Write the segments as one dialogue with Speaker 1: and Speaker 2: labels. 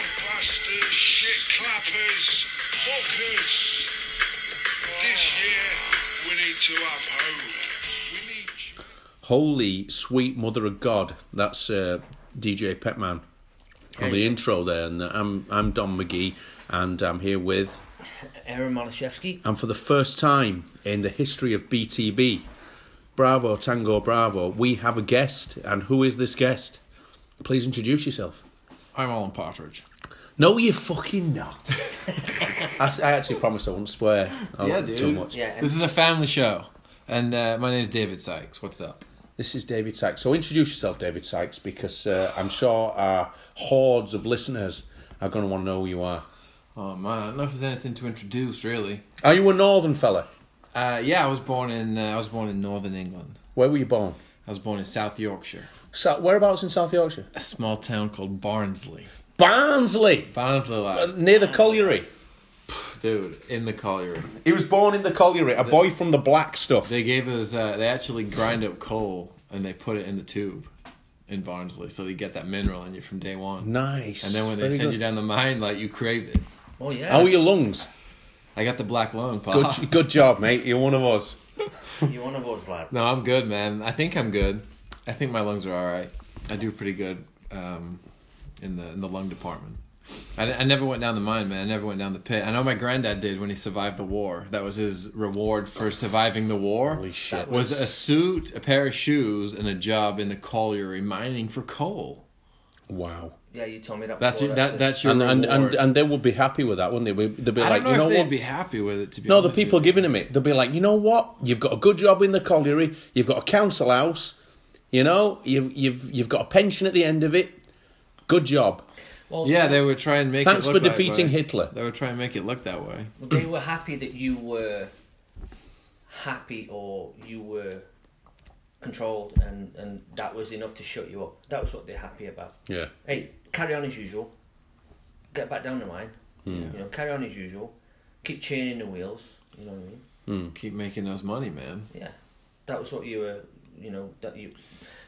Speaker 1: basters, shit clappers, hookers. This year, we need to have hope. We need.
Speaker 2: Holy sweet mother of God. That's uh, DJ Petman on the intro there. And I'm, I'm Don McGee, and I'm here with.
Speaker 3: Aaron Malashevsky.
Speaker 2: And for the first time in the history of BTB, Bravo, Tango, Bravo, we have a guest. And who is this guest? Please introduce yourself.
Speaker 4: I'm Alan Partridge.
Speaker 2: No, you fucking not. I, s- I actually promised I wouldn't swear. I
Speaker 4: Yeah,
Speaker 2: won't
Speaker 4: dude.
Speaker 2: Too much.
Speaker 3: Yeah, and
Speaker 4: This is a family show, and uh, my name's David Sykes. What's up?
Speaker 2: This is David Sykes. So introduce yourself, David Sykes, because uh, I'm sure our hordes of listeners are going to want to know who you are.
Speaker 4: Oh man, I don't know if there's anything to introduce really.
Speaker 2: Are you a northern fella?
Speaker 4: Uh, yeah, I was born in uh, I was born in Northern England.
Speaker 2: Where were you born?
Speaker 4: I was born in South Yorkshire,
Speaker 2: Sa- whereabouts in South Yorkshire?
Speaker 4: a small town called Barnsley.
Speaker 2: Barnsley,
Speaker 4: Barnsley,
Speaker 2: uh,
Speaker 4: like,
Speaker 2: near the colliery.
Speaker 4: dude, in the colliery.
Speaker 2: He was born in the colliery, a boy from the black stuff.
Speaker 4: They gave us uh, they actually grind up coal and they put it in the tube in Barnsley, so you get that mineral in you from day one.
Speaker 2: nice.
Speaker 4: And then when they
Speaker 2: Very
Speaker 4: send
Speaker 2: good.
Speaker 4: you down the mine, like you crave it.
Speaker 3: oh yeah,
Speaker 2: how are your lungs?
Speaker 4: I got the black lung,
Speaker 2: Good,
Speaker 4: pal.
Speaker 2: good job, mate. You're one of us.
Speaker 3: you're one of us, lad.
Speaker 4: No, I'm good, man. I think I'm good. I think my lungs are all right. I do pretty good um, in the in the lung department. I, I never went down the mine, man. I never went down the pit. I know my granddad did when he survived the war. That was his reward for surviving the war.
Speaker 2: Holy shit.
Speaker 4: Was a suit, a pair of shoes, and a job in the colliery mining for coal.
Speaker 2: Wow.
Speaker 3: Yeah, you told me that.
Speaker 4: That's your,
Speaker 3: before,
Speaker 4: that.
Speaker 3: actually.
Speaker 4: That's your
Speaker 2: And and,
Speaker 4: reward.
Speaker 2: and and they would be happy with that, wouldn't they? They'd be
Speaker 4: I
Speaker 2: like,
Speaker 4: don't know
Speaker 2: you
Speaker 4: if
Speaker 2: know
Speaker 4: they'd
Speaker 2: what?
Speaker 4: be happy with it. To be
Speaker 2: No, the
Speaker 4: honest with
Speaker 2: people
Speaker 4: you.
Speaker 2: giving him it, they'll be like, you know what? You've got a good job in the colliery. You've got a council house. You know, you've you've you've got a pension at the end of it. Good job.
Speaker 3: well,
Speaker 4: Yeah, they were trying to make.
Speaker 2: Thanks
Speaker 4: it
Speaker 2: for
Speaker 4: look that
Speaker 2: defeating
Speaker 4: way.
Speaker 2: Hitler.
Speaker 4: They were trying to make it look that way.
Speaker 3: they were happy that you were happy or you were controlled, and and that was enough to shut you up. That was what they're happy about.
Speaker 2: Yeah.
Speaker 3: Hey, carry on as usual. Get back down the line. You know, carry on as usual. Keep chaining the wheels. You know what I mean?
Speaker 2: Hmm.
Speaker 4: Keep making us money, man.
Speaker 3: Yeah, that was what you were. You know that you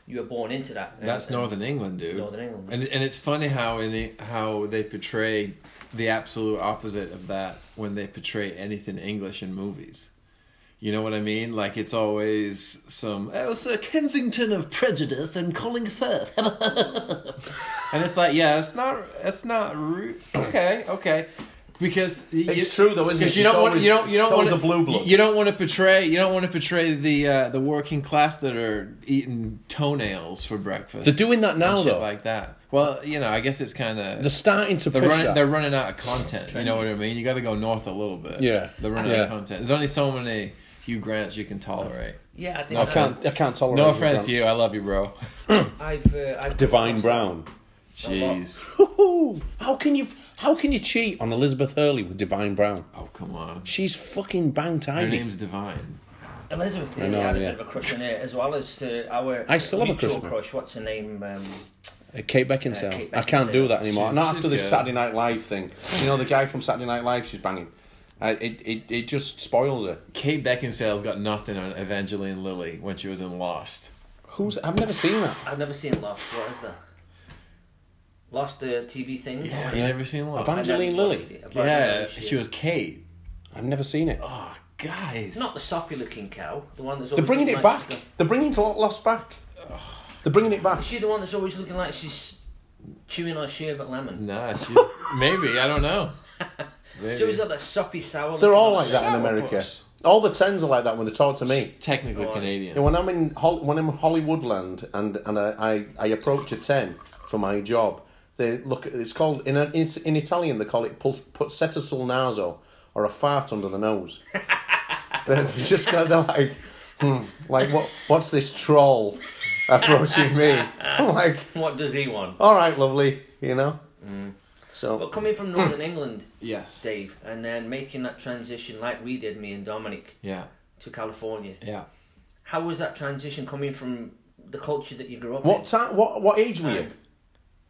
Speaker 3: you were born into that. and-
Speaker 4: That's
Speaker 3: and-
Speaker 4: Northern England, dude.
Speaker 3: Northern England.
Speaker 4: And and it's funny how in the, how they portray the absolute opposite of that when they portray anything English in movies. You know what I mean? Like it's always some oh Sir Kensington of prejudice and Collingfirth, and it's like yeah, it's not it's not re- okay okay because
Speaker 2: It's true though, isn't
Speaker 4: because
Speaker 2: it?
Speaker 4: you
Speaker 2: It's
Speaker 4: don't want
Speaker 2: always-
Speaker 4: you don't you
Speaker 2: it's
Speaker 4: don't want
Speaker 2: always the blue blood.
Speaker 4: You don't want to portray you don't want to portray the uh, the working class that are eating toenails for breakfast.
Speaker 2: They're doing that now
Speaker 4: and shit
Speaker 2: though.
Speaker 4: like that. Well, you know, I guess it's kind
Speaker 2: they're
Speaker 4: of
Speaker 2: starting to
Speaker 4: they're
Speaker 2: push
Speaker 4: running
Speaker 2: that.
Speaker 4: they're running out of content. You know what I mean? You got to go north a little bit.
Speaker 2: Yeah.
Speaker 4: they're running
Speaker 2: Yeah.
Speaker 4: out of content. There's only so many Hugh Grants you can tolerate.
Speaker 3: Yeah, I think
Speaker 4: No
Speaker 3: I-
Speaker 2: I can't. I can't tolerate.
Speaker 4: No
Speaker 2: you,
Speaker 4: offense,
Speaker 2: Grant.
Speaker 4: to you. I love you, bro.
Speaker 3: I've, uh, I've
Speaker 2: Divine Brown.
Speaker 4: Jeez.
Speaker 2: Hoo-hoo! How can you? How can you cheat on Elizabeth Hurley with Divine Brown?
Speaker 4: Oh come on.
Speaker 2: She's fucking bang
Speaker 4: Her
Speaker 2: tidy.
Speaker 4: name's Divine.
Speaker 3: Elizabeth
Speaker 2: I know,
Speaker 3: Taylor had a
Speaker 2: yeah.
Speaker 3: bit of a crush on her, as well as uh, our
Speaker 2: I still have a
Speaker 3: mutual
Speaker 2: crush on her.
Speaker 3: What's her name? Um,
Speaker 2: Uh, Kate Beckinsale.
Speaker 3: Uh, Kate
Speaker 2: I can't
Speaker 3: Beckinsale.
Speaker 2: do that anymore.
Speaker 4: She's-
Speaker 2: Not
Speaker 4: she's
Speaker 2: after this
Speaker 4: good.
Speaker 2: Saturday Night Live thing. You know the guy from Saturday Night Live. She's banging. Uh, it, it it just spoils her.
Speaker 4: Kate Beckinsale's got nothing on Evangeline Lilly when she was in Lost.
Speaker 2: Who's? I've never seen that.
Speaker 3: I've never seen Lost. What is that? Lost the TV thing.
Speaker 4: You never seen Lost?
Speaker 2: Evan- Angeline Lilly.
Speaker 3: uh,
Speaker 4: yeah, she was Kate.
Speaker 2: I've never seen it.
Speaker 4: Oh, guys.
Speaker 3: not the soppy looking cow. The one that's
Speaker 2: They're
Speaker 3: always
Speaker 2: bringing
Speaker 3: looking
Speaker 2: it
Speaker 3: like
Speaker 2: back.
Speaker 3: she's got-
Speaker 2: They're bringing Lo- Lost back. They're bringing it back.
Speaker 3: Is she the one that's always looking like she's chewing on a sherbet lemon?
Speaker 4: Nah, she's, maybe I don't know.
Speaker 3: She's always got that soppy sour.
Speaker 2: They're
Speaker 3: looking
Speaker 2: all like that in
Speaker 4: Shower
Speaker 2: America.
Speaker 4: bus.
Speaker 2: All the tens are like that when they talk to me.
Speaker 4: Technically
Speaker 3: Oh,
Speaker 4: Canadian.
Speaker 2: You know, when I'm in Hol- when I'm in Hollywoodland and and I, I, I approach a ten for my job, they look. It's called in in, in Italian they call it pul- puzzetta sul naso or a fart under the nose. they're, they're just kind of like, hmm, like what what's this troll approaching me? I'm like,
Speaker 3: What does he want?
Speaker 2: all right, lovely, you know.
Speaker 3: But
Speaker 2: So
Speaker 3: coming from Northern England,
Speaker 4: Yes.
Speaker 3: Dave, and then making that transition like we did, me and Dominic,
Speaker 4: Yeah.
Speaker 3: to California.
Speaker 4: Yeah.
Speaker 3: How was that transition coming from the culture that you grew up
Speaker 2: what
Speaker 3: in?
Speaker 2: time? What what age were you?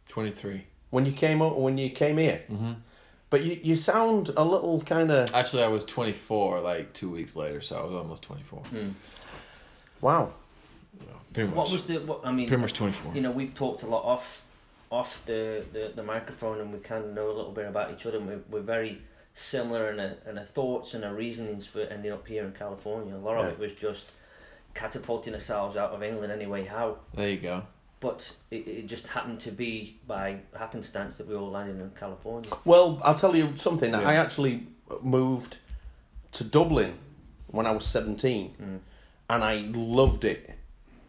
Speaker 4: Twenty three.
Speaker 2: when you came o- when you came here. But you, you sound a little kind of
Speaker 4: Actually, I was twenty four like two weeks later, so I was almost twenty four.
Speaker 2: wow.
Speaker 4: Pretty much.
Speaker 3: What was the? What, I mean,
Speaker 4: Pretty much twenty four.
Speaker 3: you know, we've talked a lot off off the, the, the microphone and we kind of know a little bit about each other. And we're, we're very similar in our, in our thoughts and our reasonings for ending up here in California. A lot of
Speaker 2: Yeah.
Speaker 3: it was just catapulting ourselves out of England anyway. How?
Speaker 4: There you go.
Speaker 3: But it, it just happened to be by happenstance that we all landed in California.
Speaker 2: Well, I'll tell you something.
Speaker 4: Yeah.
Speaker 2: I actually moved to Dublin when I was 17 and I loved it.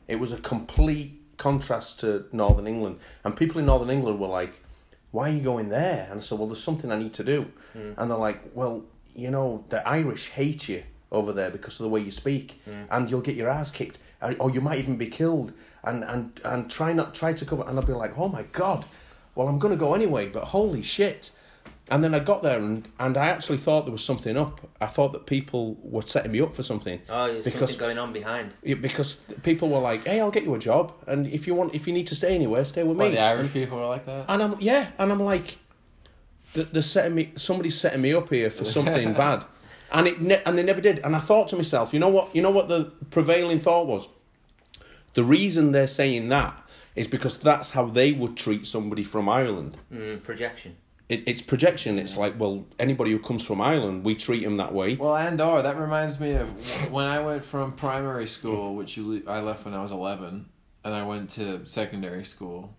Speaker 2: It was a complete contrast to Northern England. And people in Northern England were like, Why are you going there? And I said, Well, there's something I need to do. And they're like, Well, you know, the Irish hate you over there because of the way you speak and you'll get your ass kicked or- or you might even be killed and and and try not try to cover and I'll be like oh my god well I'm going to go anyway but holy shit and then I got there and, and I actually thought there was something up. I thought that people were setting me up for something.
Speaker 3: Oh, there's
Speaker 2: because
Speaker 3: something going on behind.
Speaker 2: yeah, because people were like, "Hey, I'll get you a job, and if you want, if you need to stay anywhere, stay with
Speaker 4: Why
Speaker 2: me."
Speaker 4: the Irish people are like that?
Speaker 2: and I'm yeah, and I'm like, th- they're setting me. Somebody's setting me up here for something bad, and it ne- and they never did. And I thought to myself, you know what? You know what the prevailing thought was. The reason they're saying that is because that's how they would treat somebody from Ireland
Speaker 3: Mm, projection.
Speaker 2: it, it's projection. It's like, well, anybody who comes from Ireland, we treat him that way.
Speaker 4: Well, and or that reminds me of when I went from primary school, which you le- I left when I was eleven, and I went to secondary school.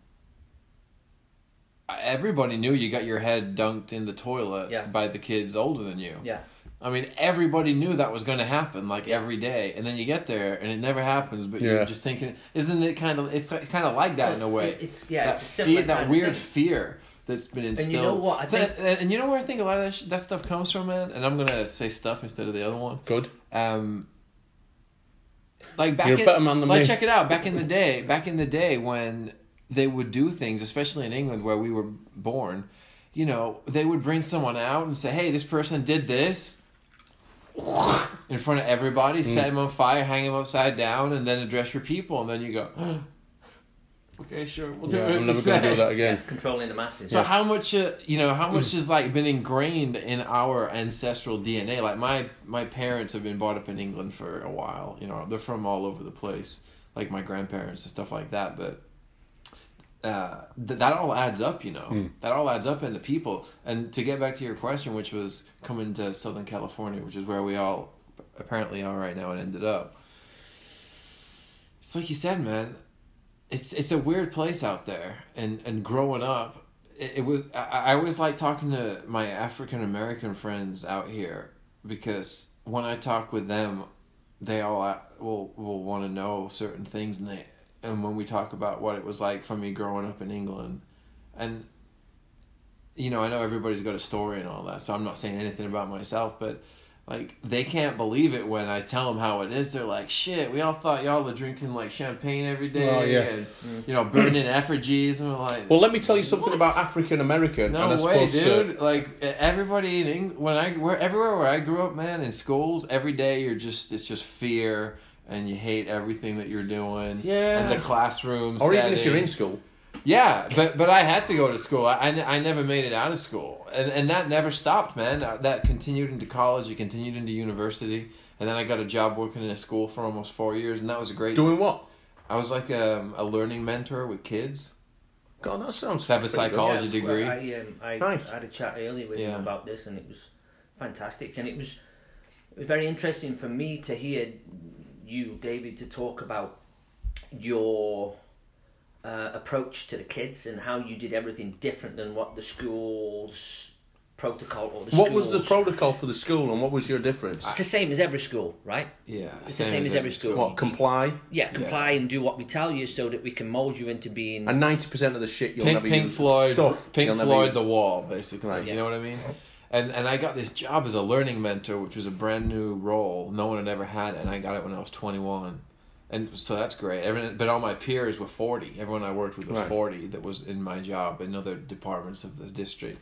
Speaker 4: I- Everybody knew you got your head dunked in the toilet
Speaker 3: Yeah.
Speaker 4: by the kids older than you.
Speaker 3: Yeah.
Speaker 4: I mean, everybody knew that was going to happen, like every day, and then you get there and it never happens. But
Speaker 2: Yeah.
Speaker 4: you're just thinking, isn't it kind of? It's like, kind of like that in a way.
Speaker 3: It- it's- yeah,
Speaker 4: that
Speaker 3: it's a similar
Speaker 4: fear- that
Speaker 3: kind of
Speaker 4: weird
Speaker 3: thing.
Speaker 4: fear that's been instilled.
Speaker 3: you know what? I
Speaker 4: Th-
Speaker 3: think-
Speaker 4: and, and you know where I think a lot of that, sh- that stuff comes from, man. And I'm gonna say stuff instead of the other one.
Speaker 2: Good.
Speaker 4: Um, like back
Speaker 2: You're a
Speaker 4: in,
Speaker 2: better man than
Speaker 4: like
Speaker 2: me.
Speaker 4: check it out. Back in the day, back in the day when they would do things, especially in England where we were born, you know, they would bring someone out and say, "Hey, this person did this." In front of everybody,
Speaker 2: Mm.
Speaker 4: set him on fire, hang him upside down, and then address your people, and then you go, "Okay, sure, we'll do
Speaker 2: Yeah,
Speaker 4: it."
Speaker 2: I'm never going to do that again.
Speaker 3: Controlling the masses.
Speaker 4: So how much uh, you know? How much has like been ingrained in our ancestral DNA? Like my my parents have been brought up in England for a while. You know, they're from all over the place, like my grandparents and stuff like that. But uh, th- that all adds up, you know. That all adds up into people. And to get back to your question, which was coming to Southern California, which is where we all apparently are right now and ended up. It's like you said, man. It's it's a weird place out there, and and growing up, it, it was I, I always like talking to my African American friends out here because when I talk with them, they all uh, will will want to know certain things, and they and when we talk about what it was like for me growing up in England, and you know, I know everybody's got a story and all that, so I'm not saying anything about myself, but like they can't believe it when I tell them how it is. They're like, "Shit, we all thought y'all were drinking like champagne every day,
Speaker 2: Oh, yeah.
Speaker 4: and you know, burning effigies." And we're like,
Speaker 2: Well, let me tell you something about African American.
Speaker 4: "No
Speaker 2: and uh, as
Speaker 4: way,
Speaker 2: opposed
Speaker 4: dude!"
Speaker 2: To,
Speaker 4: Like everybody in England, when I where everywhere where I grew up, man, in schools, every day you're just it's just fear, and you hate everything that you're doing,
Speaker 2: Yeah.
Speaker 4: and the classroom,
Speaker 2: or even if
Speaker 4: setting.
Speaker 2: you're in school.
Speaker 4: Yeah, but but I had to go to school. I, I, ne- I never made it out of school, and and that never stopped, man. Uh, That continued into college. It continued into university, and then I got a job working in a school for almost four years, and that was a great.
Speaker 2: Doing what?
Speaker 4: I was like um, a learning mentor with kids.
Speaker 2: God, that sounds.
Speaker 4: To have a
Speaker 2: pretty good.
Speaker 4: psychol-
Speaker 3: Yeah,
Speaker 4: College
Speaker 3: well,
Speaker 4: degree.
Speaker 3: I, um, I,
Speaker 2: Nice.
Speaker 3: I had a chat earlier with
Speaker 4: Yeah.
Speaker 3: him about this, and it was fantastic. And it was, it was very interesting for me to hear you, David, to talk about your uh, approach to the kids and how you did everything different than what the school's protocol or the
Speaker 2: What was the
Speaker 3: school's-
Speaker 2: protocol for the school, and what was your difference?
Speaker 3: It's the same as every school, right?
Speaker 4: Yeah,
Speaker 3: It's the same as every school.
Speaker 2: What comply?
Speaker 3: Yeah, comply and do what we tell you so that we can mold you into being.
Speaker 2: And ninety percent of the shit you'll
Speaker 4: Pink,
Speaker 2: never
Speaker 4: Pink
Speaker 2: use.
Speaker 4: Floyd,
Speaker 2: Stuff.
Speaker 4: Pink
Speaker 2: you'll never
Speaker 4: Floyd,
Speaker 2: use.
Speaker 4: the Wall, basically.
Speaker 2: Right.
Speaker 4: You know what I mean? And and I got this job as a learning mentor, which was a brand new role. No one had ever had it, and I got it when I was twenty one. And so that's great. Everyone, but all my peers were forty. Everyone I worked with was
Speaker 2: Right.
Speaker 4: forty. That was in my job in other departments of the district.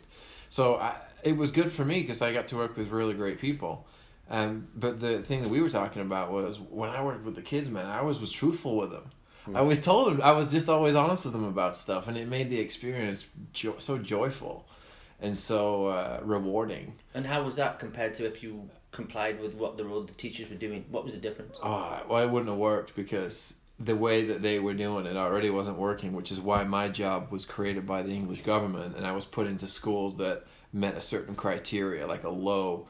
Speaker 4: So I, it was good for me because I got to work with really great people. Um, but the thing that we were talking about was when I worked with the kids, man, I always was truthful with them. I always told them, I was just always honest with them about stuff, and it made the experience jo- so joyful and so uh, rewarding.
Speaker 3: And how was that compared to if you complied with what the rule the teachers were doing? What was the difference?
Speaker 4: Oh, well, it wouldn't have worked because the way that they were doing it already wasn't working, which is why my job was created by the English government and I was put into schools that met a certain criteria, like a low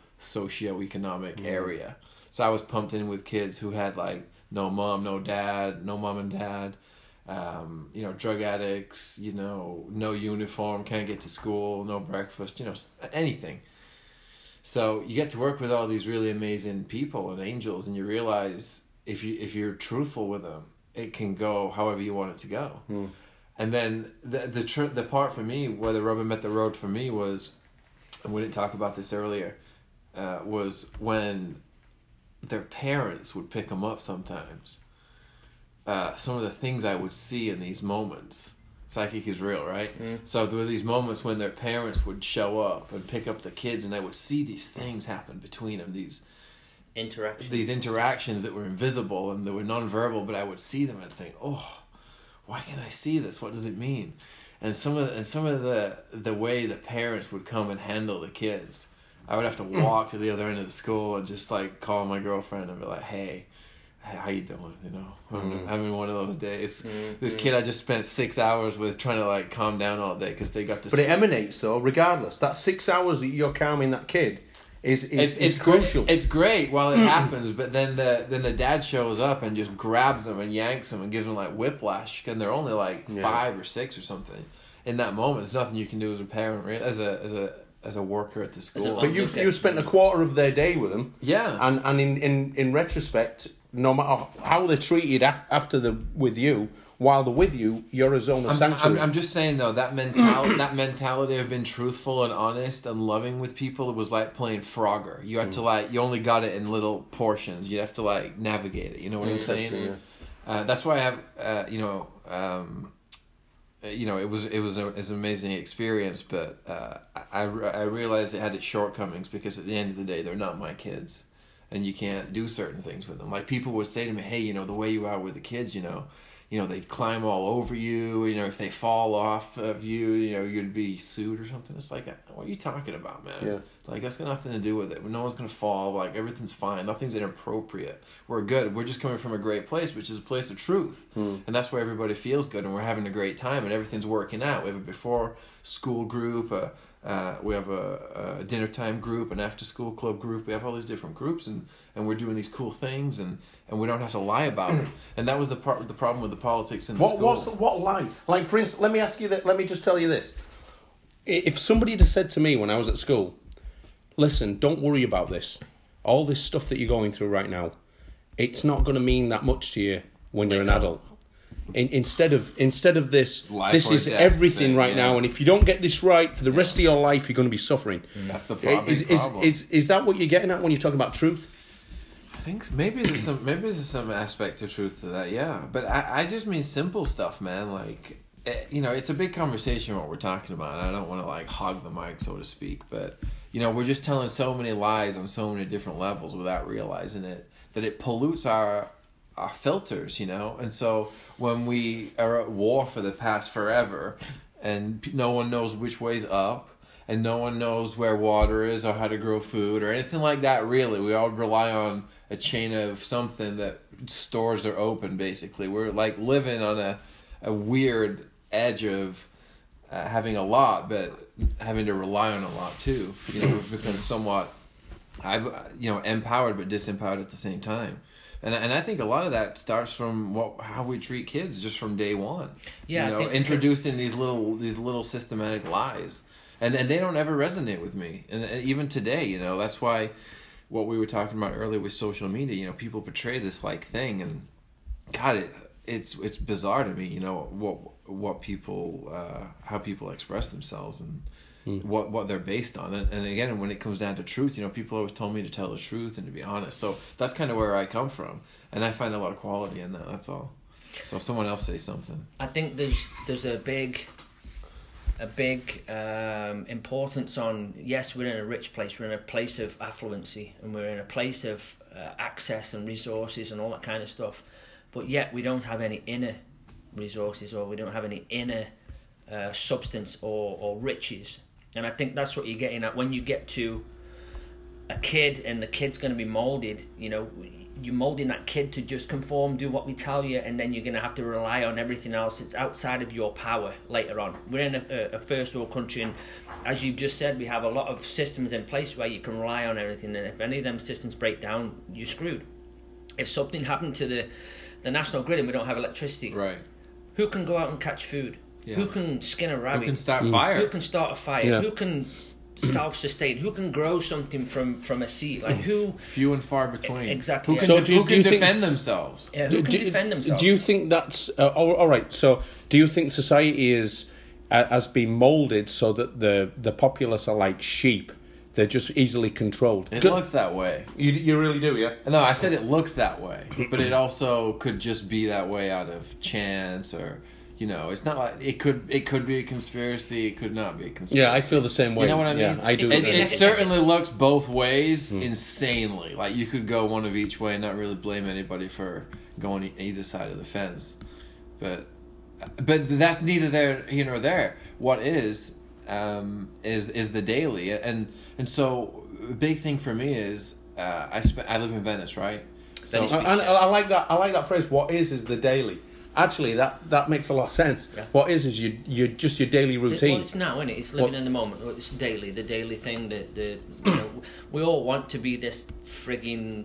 Speaker 4: socioeconomic area. So I was pumped in with kids who had like no mom, no dad, no mom and dad, um, you know, drug addicts, you know, no uniform, can't get to school, no breakfast, you know, s- anything. So you get to work with all these really amazing people and angels, and you realize if you if you're truthful with them, it can go however you want it to go. And then the the tr- the part for me where the rubber met the road for me was, and we didn't talk about this earlier, uh, was when their parents would pick them up sometimes. Uh, some of the things I would see in these moments. Psychic is real, right? So there were these moments when their parents would show up and pick up the kids, and they would see these things happen between them. These
Speaker 3: Interaction.
Speaker 4: these interactions that were invisible and that were nonverbal, but I would see them and think, oh, why can I see this? What does it mean? And some of the, and some of the the way the parents would come and handle the kids, I would have to walk to the other end of the school and just like call my girlfriend and be like, hey. h- How you doing? You know, I'm having one of those days. This kid I just spent six hours with trying to like calm down all day because they got to.
Speaker 2: But it emanates though, regardless. That six hours that you're calming that kid is is,
Speaker 4: it's,
Speaker 2: is
Speaker 4: it's
Speaker 2: crucial.
Speaker 4: Great, it's great while it happens, but then the then the dad shows up and just grabs them and yanks them and gives them like whiplash, and they're only like five or six or something. In that moment, there's nothing you can do as a parent, re- as a as a as a worker at the school.
Speaker 2: but you
Speaker 3: Okay.
Speaker 2: you spent a quarter of their day with them.
Speaker 4: Yeah.
Speaker 2: And and in in, in retrospect, no matter how they're treated af- after the with you, while they're with you, you're a zone of
Speaker 4: I'm,
Speaker 2: sanctuary.
Speaker 4: I'm, I'm just saying though that mental that mentality of being truthful and honest and loving with people was like playing Frogger. You had to like you only got it in little portions. You have to like navigate it. You know what I'm saying?
Speaker 2: Interesting,
Speaker 4: Uh, that's why I have uh, you know um, uh, you know it was it was, a, it was an amazing experience, but uh, I I re- I realized it had its shortcomings because at the end of the day they're not my kids. And you can't do certain things with them. Like people would say to me, "Hey, you know the way you are with the kids, you know, you know, they'd climb all over you. You know, if they fall off of you, you know, you'd be sued or something. It's like, what are you talking about, man?
Speaker 2: Yeah.
Speaker 4: Like, that's got nothing to do with it. No one's going to fall. Like, everything's fine. Nothing's inappropriate. We're good. We're just coming from a great place, which is a place of truth. And that's where everybody feels good and we're having a great time and everything's working out. We have a before school group, a, uh, we have a, a dinner time group, an after school club group. We have all these different groups, and, and we're doing these cool things, and, and we don't have to lie about it. And that was the part the problem with the politics in the
Speaker 2: What
Speaker 4: school.
Speaker 2: what's, what lies? Like for instance, let me ask you that. Let me just tell you this: I- if somebody had said to me when I was at school, "Listen, don't worry about this. All this stuff that you're going through right now, it's not going to mean that much to you when you're an adult." In, instead of instead of this,
Speaker 4: Life
Speaker 2: this
Speaker 4: or
Speaker 2: is
Speaker 4: death
Speaker 2: everything
Speaker 4: thing,
Speaker 2: right
Speaker 4: yeah.
Speaker 2: now, and if you don't get this right for the rest of your life, you're going to be suffering.
Speaker 4: That's the
Speaker 2: I-
Speaker 4: prob-
Speaker 2: Is,
Speaker 4: big
Speaker 2: is,
Speaker 4: problem.
Speaker 2: is, is that what you're getting at when you're talking about truth?
Speaker 4: I think so. maybe there's some maybe there's some aspect of truth to that, yeah. But I, I just mean simple stuff, man. Like eh, you know, it's a big conversation what we're talking about. and I don't want to like hog the mic, so to speak. But you know, we're just telling so many lies on so many different levels without realizing it that it pollutes our our filters, you know. And so when we are at war for the past forever, and p- no one knows which way's up, and no one knows where water is or how to grow food or anything like that. Really, we all rely on a chain of something that stores are open. Basically, we're like living on a a weird edge of uh, having a lot, but having to rely on a lot too. You know, we've become somewhat, I you know, empowered but disempowered at the same time. And, and I think a lot of that starts from what how we treat kids just from day one.
Speaker 3: Yeah, I
Speaker 4: you know,
Speaker 3: think-
Speaker 4: introducing these little these little systematic lies, and and they don't ever resonate with me. And, and even today, you know, that's why what we were talking about earlier with social media. You know, people portray this like thing, and God, it, it's it's bizarre to me, you know, what what people uh, how people express themselves and
Speaker 2: Hmm.
Speaker 4: what what they're based on. And, and again, when it comes down to truth, you know, people always told me to tell the truth and to be honest. So that's kind of where I come from, and I find a lot of quality in that. That's all. So someone else say something.
Speaker 3: I think there's there's a big a big um, importance on yes we're in a rich place we're in a place of affluency and we're in a place of uh, access and resources and all that kind of stuff but yet we don't have any inner resources or we don't have any inner uh, substance or, or riches and i think that's what you're getting at when you get to a kid and the kid's going to be molded you know you're molding that kid to just conform, do what we tell you, and then you're going to have to rely on everything else. It's outside of your power later on. We're in a, a- a first world country, and as you've just said, we have a lot of systems in place where you can rely on everything, and if any of them systems break down, you're screwed. If something happened to the the national grid and we don't have electricity,
Speaker 4: Right.
Speaker 3: who can go out and catch food?
Speaker 4: Yeah.
Speaker 3: Who can skin a rabbit?
Speaker 4: Who can
Speaker 5: Mm.
Speaker 4: start fire?
Speaker 3: Who can start a fire?
Speaker 2: Yeah.
Speaker 3: Who can self-sustain? Who can grow something from from a seed? Like who?
Speaker 4: Few and far between.
Speaker 3: Exactly.
Speaker 4: Who can,
Speaker 3: So
Speaker 2: do-
Speaker 4: who
Speaker 2: do
Speaker 4: can
Speaker 2: you think-
Speaker 4: defend themselves?
Speaker 3: Yeah, who can
Speaker 5: do,
Speaker 3: defend themselves?
Speaker 5: do you think that's uh, all, all right? So, do you think society is uh, has been molded so that the the populace are like sheep? They're just easily controlled.
Speaker 4: It
Speaker 5: Go-
Speaker 4: looks that way.
Speaker 2: You, you really do, yeah.
Speaker 4: No, I said it looks that way, but it also could just be that way out of chance or you know, it's not like it could it could be a conspiracy, it could not be a conspiracy.
Speaker 5: yeah, I feel the same way.
Speaker 4: You know what I mean?
Speaker 5: Yeah, I do. Hmm.
Speaker 4: It,
Speaker 3: agree.
Speaker 4: it certainly looks both ways insanely. Like you could go one of each way and not really blame anybody for going e- either side of the fence. But but that's neither there here nor there. What is um, is is the daily and and so a big thing for me is uh, I sp- I live in Venice, right? So
Speaker 3: Venice.
Speaker 2: And I, I like that. I like that phrase. What is is the daily. Actually, that that makes a lot of sense.
Speaker 3: Yeah.
Speaker 2: What is is you you just your daily
Speaker 3: Well,
Speaker 2: routine.
Speaker 3: it's now, isn't it? It's living
Speaker 2: What-
Speaker 3: in the moment. It's daily, the daily thing. That the you know, we all want to be this frigging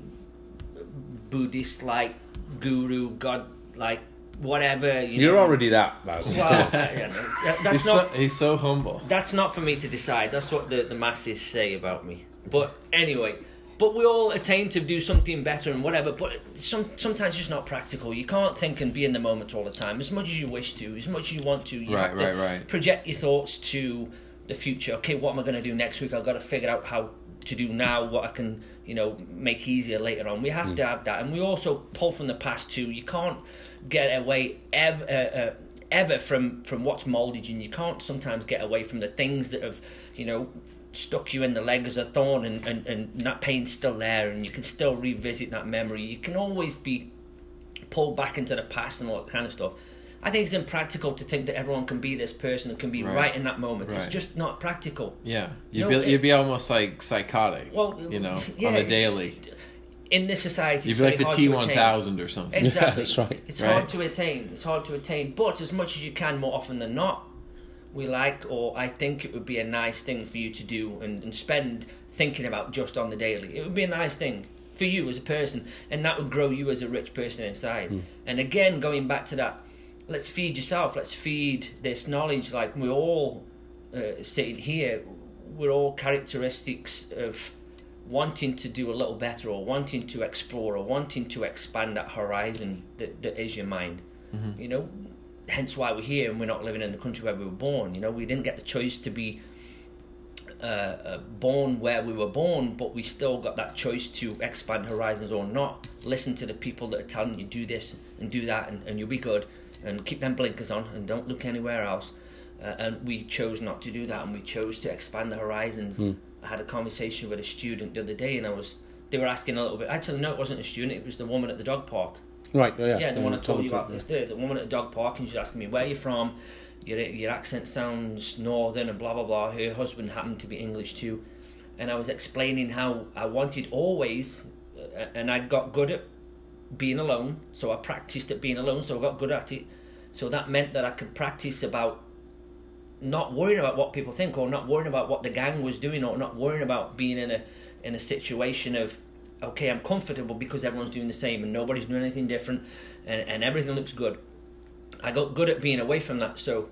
Speaker 3: Buddhist-like guru, god-like whatever. You
Speaker 5: You're
Speaker 3: know.
Speaker 5: already that. Baz.
Speaker 3: Well, you know, that- that's
Speaker 4: he's
Speaker 3: not.
Speaker 4: so, he's so humble.
Speaker 3: That's not for me to decide. That's what the, the masses say about me. But anyway, but we all attain to do something better and whatever. But some sometimes it's not practical. You can't think and be in the moment all the time. As much as you wish to, as much as you want to, you
Speaker 4: Right,
Speaker 3: have to
Speaker 4: right, right.
Speaker 3: project your thoughts to the future. Okay, what am I going to do next week? I've got to figure out how to do now. What I can you know make easier later on. We have to have that, and we also pull from the past too. You can't get away ever. Uh, uh, ever from from what's molded you and you can't sometimes get away from the things that have you know stuck you in the leg as a thorn and, and and that pain's still there and you can still revisit that memory you can always be pulled back into the past and all that kind of stuff i think it's impractical to think that everyone can be this person and can be right,
Speaker 4: Right.
Speaker 3: in that moment
Speaker 4: Right.
Speaker 3: it's just not practical
Speaker 4: Yeah, you'd
Speaker 3: No,
Speaker 4: be
Speaker 3: it-
Speaker 4: you'd be almost like psychotic.
Speaker 3: well
Speaker 4: you know,
Speaker 3: yeah,
Speaker 4: on the
Speaker 3: it's-
Speaker 4: daily.
Speaker 3: in this society it's
Speaker 4: You'd be like the
Speaker 3: very
Speaker 4: T
Speaker 3: hard
Speaker 4: one
Speaker 3: to attain.
Speaker 4: thousand or something.
Speaker 3: Exactly.
Speaker 5: that's right.
Speaker 3: It's
Speaker 4: Right.
Speaker 3: hard to attain. It's hard to attain. But as much as you can, more often than not, we like, or I think it would be a nice thing for you to do and, and spend thinking about just on the daily. It would be a nice thing for you as a person, and that would grow you as a rich person inside.
Speaker 5: Hmm.
Speaker 3: And again, going back to that, let's feed yourself, let's feed this knowledge. Like we're all uh, sitting here, we're all characteristics of wanting to do a little better or wanting to explore or wanting to expand that horizon that, that is your mind you know hence why we're here and we're not living in the country where we were born you know we didn't get the choice to be uh, uh, born where we were born but we still got that choice to expand horizons or not listen to the people that are telling you do this and do that and, and you'll be good and keep them blinkers on and don't look anywhere else uh, and we chose not to do that and we chose to expand the horizons i had a conversation with a student the other day and i was they were asking a little bit actually no it wasn't a student it was the woman at the dog park
Speaker 5: Right. Yeah.
Speaker 3: yeah, the one I told you
Speaker 5: totally.
Speaker 3: about this day. The woman at the dog park, and she's asking me where you're from. Your your accent sounds northern and blah blah blah. Her husband happened to be English too, and I was explaining how I wanted always, uh, and I got good at being alone. So I practiced at being alone. So I got good at it. So that meant that I could practice about not worrying about what people think or not worrying about what the gang was doing or not worrying about being in a in a situation of okay i'm comfortable because everyone's doing the same and nobody's doing anything different and, and everything looks good i got good at being away from that so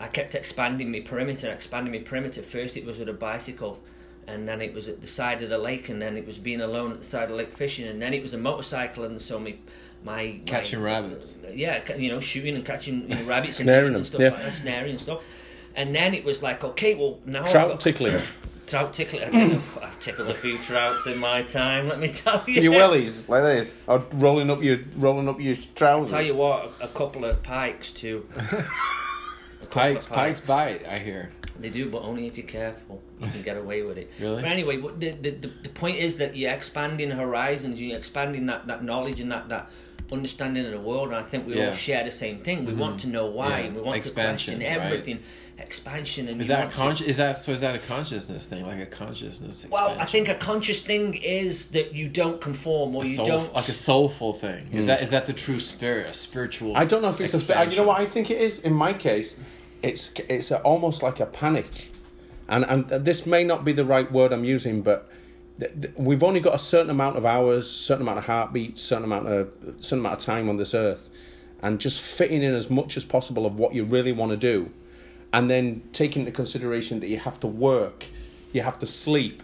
Speaker 3: i kept expanding my perimeter expanding my perimeter first it was with a bicycle and then it was at the side of the lake and then it was being alone at the side of the lake fishing and then it was a motorcycle and so my my
Speaker 4: Catching
Speaker 3: my,
Speaker 4: rabbits.
Speaker 3: yeah, ca- you know, shooting and catching you know, rabbits and,
Speaker 5: Snaring
Speaker 3: and
Speaker 5: them,
Speaker 3: stuff
Speaker 5: yeah.
Speaker 3: like that, snaring and stuff. And then it was like, okay, well now I've
Speaker 5: Trout
Speaker 3: got-
Speaker 5: tickling.
Speaker 3: trout tickle. I've tickled a few trouts in my time. Let me tell you.
Speaker 2: Your wellies like this, or rolling up your rolling up your trousers.
Speaker 3: Tell you what, a couple of pikes too.
Speaker 4: Pikes,
Speaker 3: Couple of
Speaker 4: Pikes bite. I hear.
Speaker 3: They do, but only if you're careful. You can get away with it.
Speaker 4: Really?
Speaker 3: But anyway, what the, the, the, the point is that you're expanding horizons, you're expanding that, that knowledge and that, that understanding of the world, and I think we
Speaker 4: Yeah. Mm-hmm.
Speaker 3: all share the same thing. We want to know why,
Speaker 4: Yeah.
Speaker 3: and we want
Speaker 4: Expansion,
Speaker 3: to
Speaker 4: right.
Speaker 3: question everything. Expansion and
Speaker 4: Is
Speaker 3: you
Speaker 4: that
Speaker 3: want
Speaker 4: a
Speaker 3: to-
Speaker 4: conscious? Is that so? Is that a consciousness thing, like a consciousness expansion?
Speaker 3: Well, I think a conscious thing is that you don't conform or
Speaker 4: a
Speaker 3: you
Speaker 4: soul,
Speaker 3: don't
Speaker 4: like a soulful thing. Is that is that the true spirit, a spiritual?
Speaker 5: I don't know if it's a.
Speaker 4: expansion?
Speaker 5: You know what I think it is. In my case, it's it's a, almost like a panic, and and this may not be the right word I'm using, but th- th- we've only got a certain amount of hours, certain amount of heartbeats, certain amount of certain amount of time on this earth, and just fitting in as much as possible of what you really want to do, and then taking into consideration that you have to work, you have to sleep,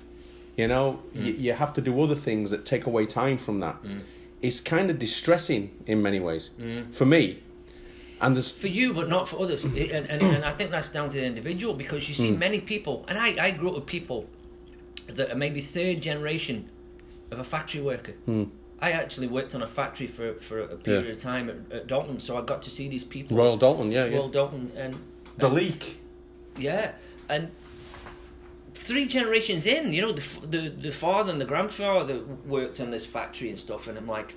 Speaker 5: you know, you, you have to do other things that take away time from that. It's kind of distressing in many ways for me. And there's
Speaker 3: for you, but not for others. and, and, and I think that's down to the individual because you see
Speaker 5: Hmm.
Speaker 3: many people, and I, I grew up with people that are maybe third generation of a factory worker. I actually worked on a factory for, for a period
Speaker 5: Hmm. Yeah.
Speaker 3: of time at, at Dalton, so I got to see these people.
Speaker 5: Royal Dalton, yeah, yeah.
Speaker 3: Royal Dalton, and
Speaker 2: The leak.
Speaker 3: yeah, and three generations in, you know, the f- the the father and the grandfather worked on this factory and stuff, and I'm like,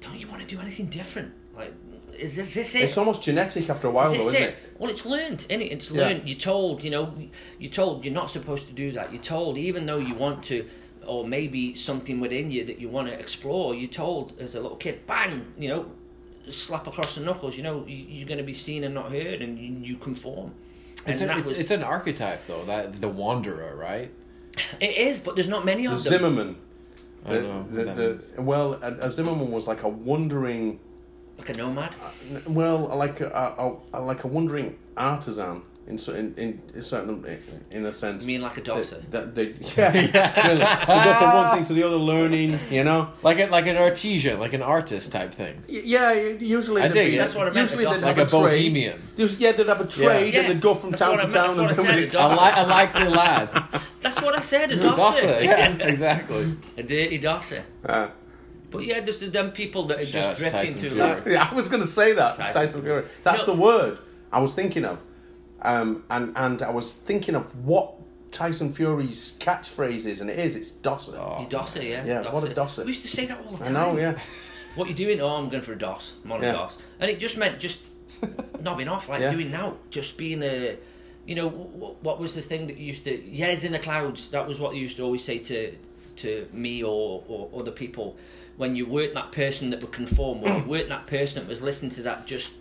Speaker 3: don't you want to do anything different? Like, is this this it?
Speaker 2: It's almost genetic after a while,
Speaker 3: That's
Speaker 2: though, isn't it?
Speaker 3: Well, it's learned, isn't it? It's
Speaker 2: Yeah.
Speaker 3: learned. You're told, you know, you're told you're not supposed to do that. You're told, even though you want to, or maybe something within you that you want to explore, you're told as a little kid, bang, you know, slap across the knuckles, you know, you, you're going to be seen and not heard, and you, you conform.
Speaker 4: It's,
Speaker 3: and
Speaker 4: an,
Speaker 3: that
Speaker 4: it's,
Speaker 3: was,
Speaker 4: it's an archetype, though. That the wanderer, right?
Speaker 3: it is, but there's not many of
Speaker 2: The
Speaker 3: them.
Speaker 2: Zimmerman.
Speaker 4: I don't know what
Speaker 2: the,
Speaker 4: that
Speaker 2: the,
Speaker 4: means.
Speaker 2: the, well, a, a Zimmerman was like a wandering,
Speaker 3: like a nomad.
Speaker 2: well, like a, a, a like a wandering artisan in cer- in in, in certain in a sense.
Speaker 3: You mean like a doctor?
Speaker 2: That, that they, yeah, really. They go from one thing to the other, learning. You know,
Speaker 4: Like a, like an artesian, like an artist type thing.
Speaker 2: Y- yeah. Usually,
Speaker 4: I
Speaker 2: they'd
Speaker 4: dig
Speaker 2: be-
Speaker 4: it. That's
Speaker 3: what I meant,
Speaker 2: usually
Speaker 3: a
Speaker 2: they'd
Speaker 3: doctor.
Speaker 2: have
Speaker 4: Like a
Speaker 2: trade.
Speaker 4: bohemian.
Speaker 2: There's- Yeah, they'd have a trade,
Speaker 3: Yeah,
Speaker 2: and they'd go from
Speaker 3: that's
Speaker 2: town
Speaker 3: what
Speaker 2: to
Speaker 3: I meant,
Speaker 2: town, and
Speaker 3: that's what I
Speaker 2: then we'd,
Speaker 3: said, a
Speaker 4: A,
Speaker 3: doctor.
Speaker 4: li- a likely lad.
Speaker 3: That's what I said, a
Speaker 4: That's
Speaker 3: doctor.
Speaker 4: it. Yeah, exactly.
Speaker 3: a dirty doctor.
Speaker 2: Ah.
Speaker 3: But yeah, there's them people that are
Speaker 4: Shout out
Speaker 3: just
Speaker 4: to
Speaker 3: drifting
Speaker 4: Tyson
Speaker 3: through
Speaker 4: Fury.
Speaker 3: life.
Speaker 2: Yeah, I was going to say that. Tyson, Tyson Fury. That's
Speaker 3: No.
Speaker 2: the word I was thinking of. Um, and, and I was thinking of what Tyson Fury's catchphrase is, and it is it's DOS.
Speaker 4: Oh.
Speaker 3: You dosser, yeah.
Speaker 2: Yeah, what a dosser.
Speaker 3: We used to say that all the
Speaker 2: I
Speaker 3: time.
Speaker 2: know, yeah.
Speaker 3: What you doing? Oh, I'm going for a dos. I'm on
Speaker 2: Yeah.
Speaker 3: a dos, and it just meant just nobbing off, like
Speaker 2: Yeah.
Speaker 3: doing now, just being a. You know what, what was the thing that you used to? Yeah, it's in the clouds. That was what you used to always say to to me or, or other people when you weren't that person that would conform, when you weren't that person that was listening to that just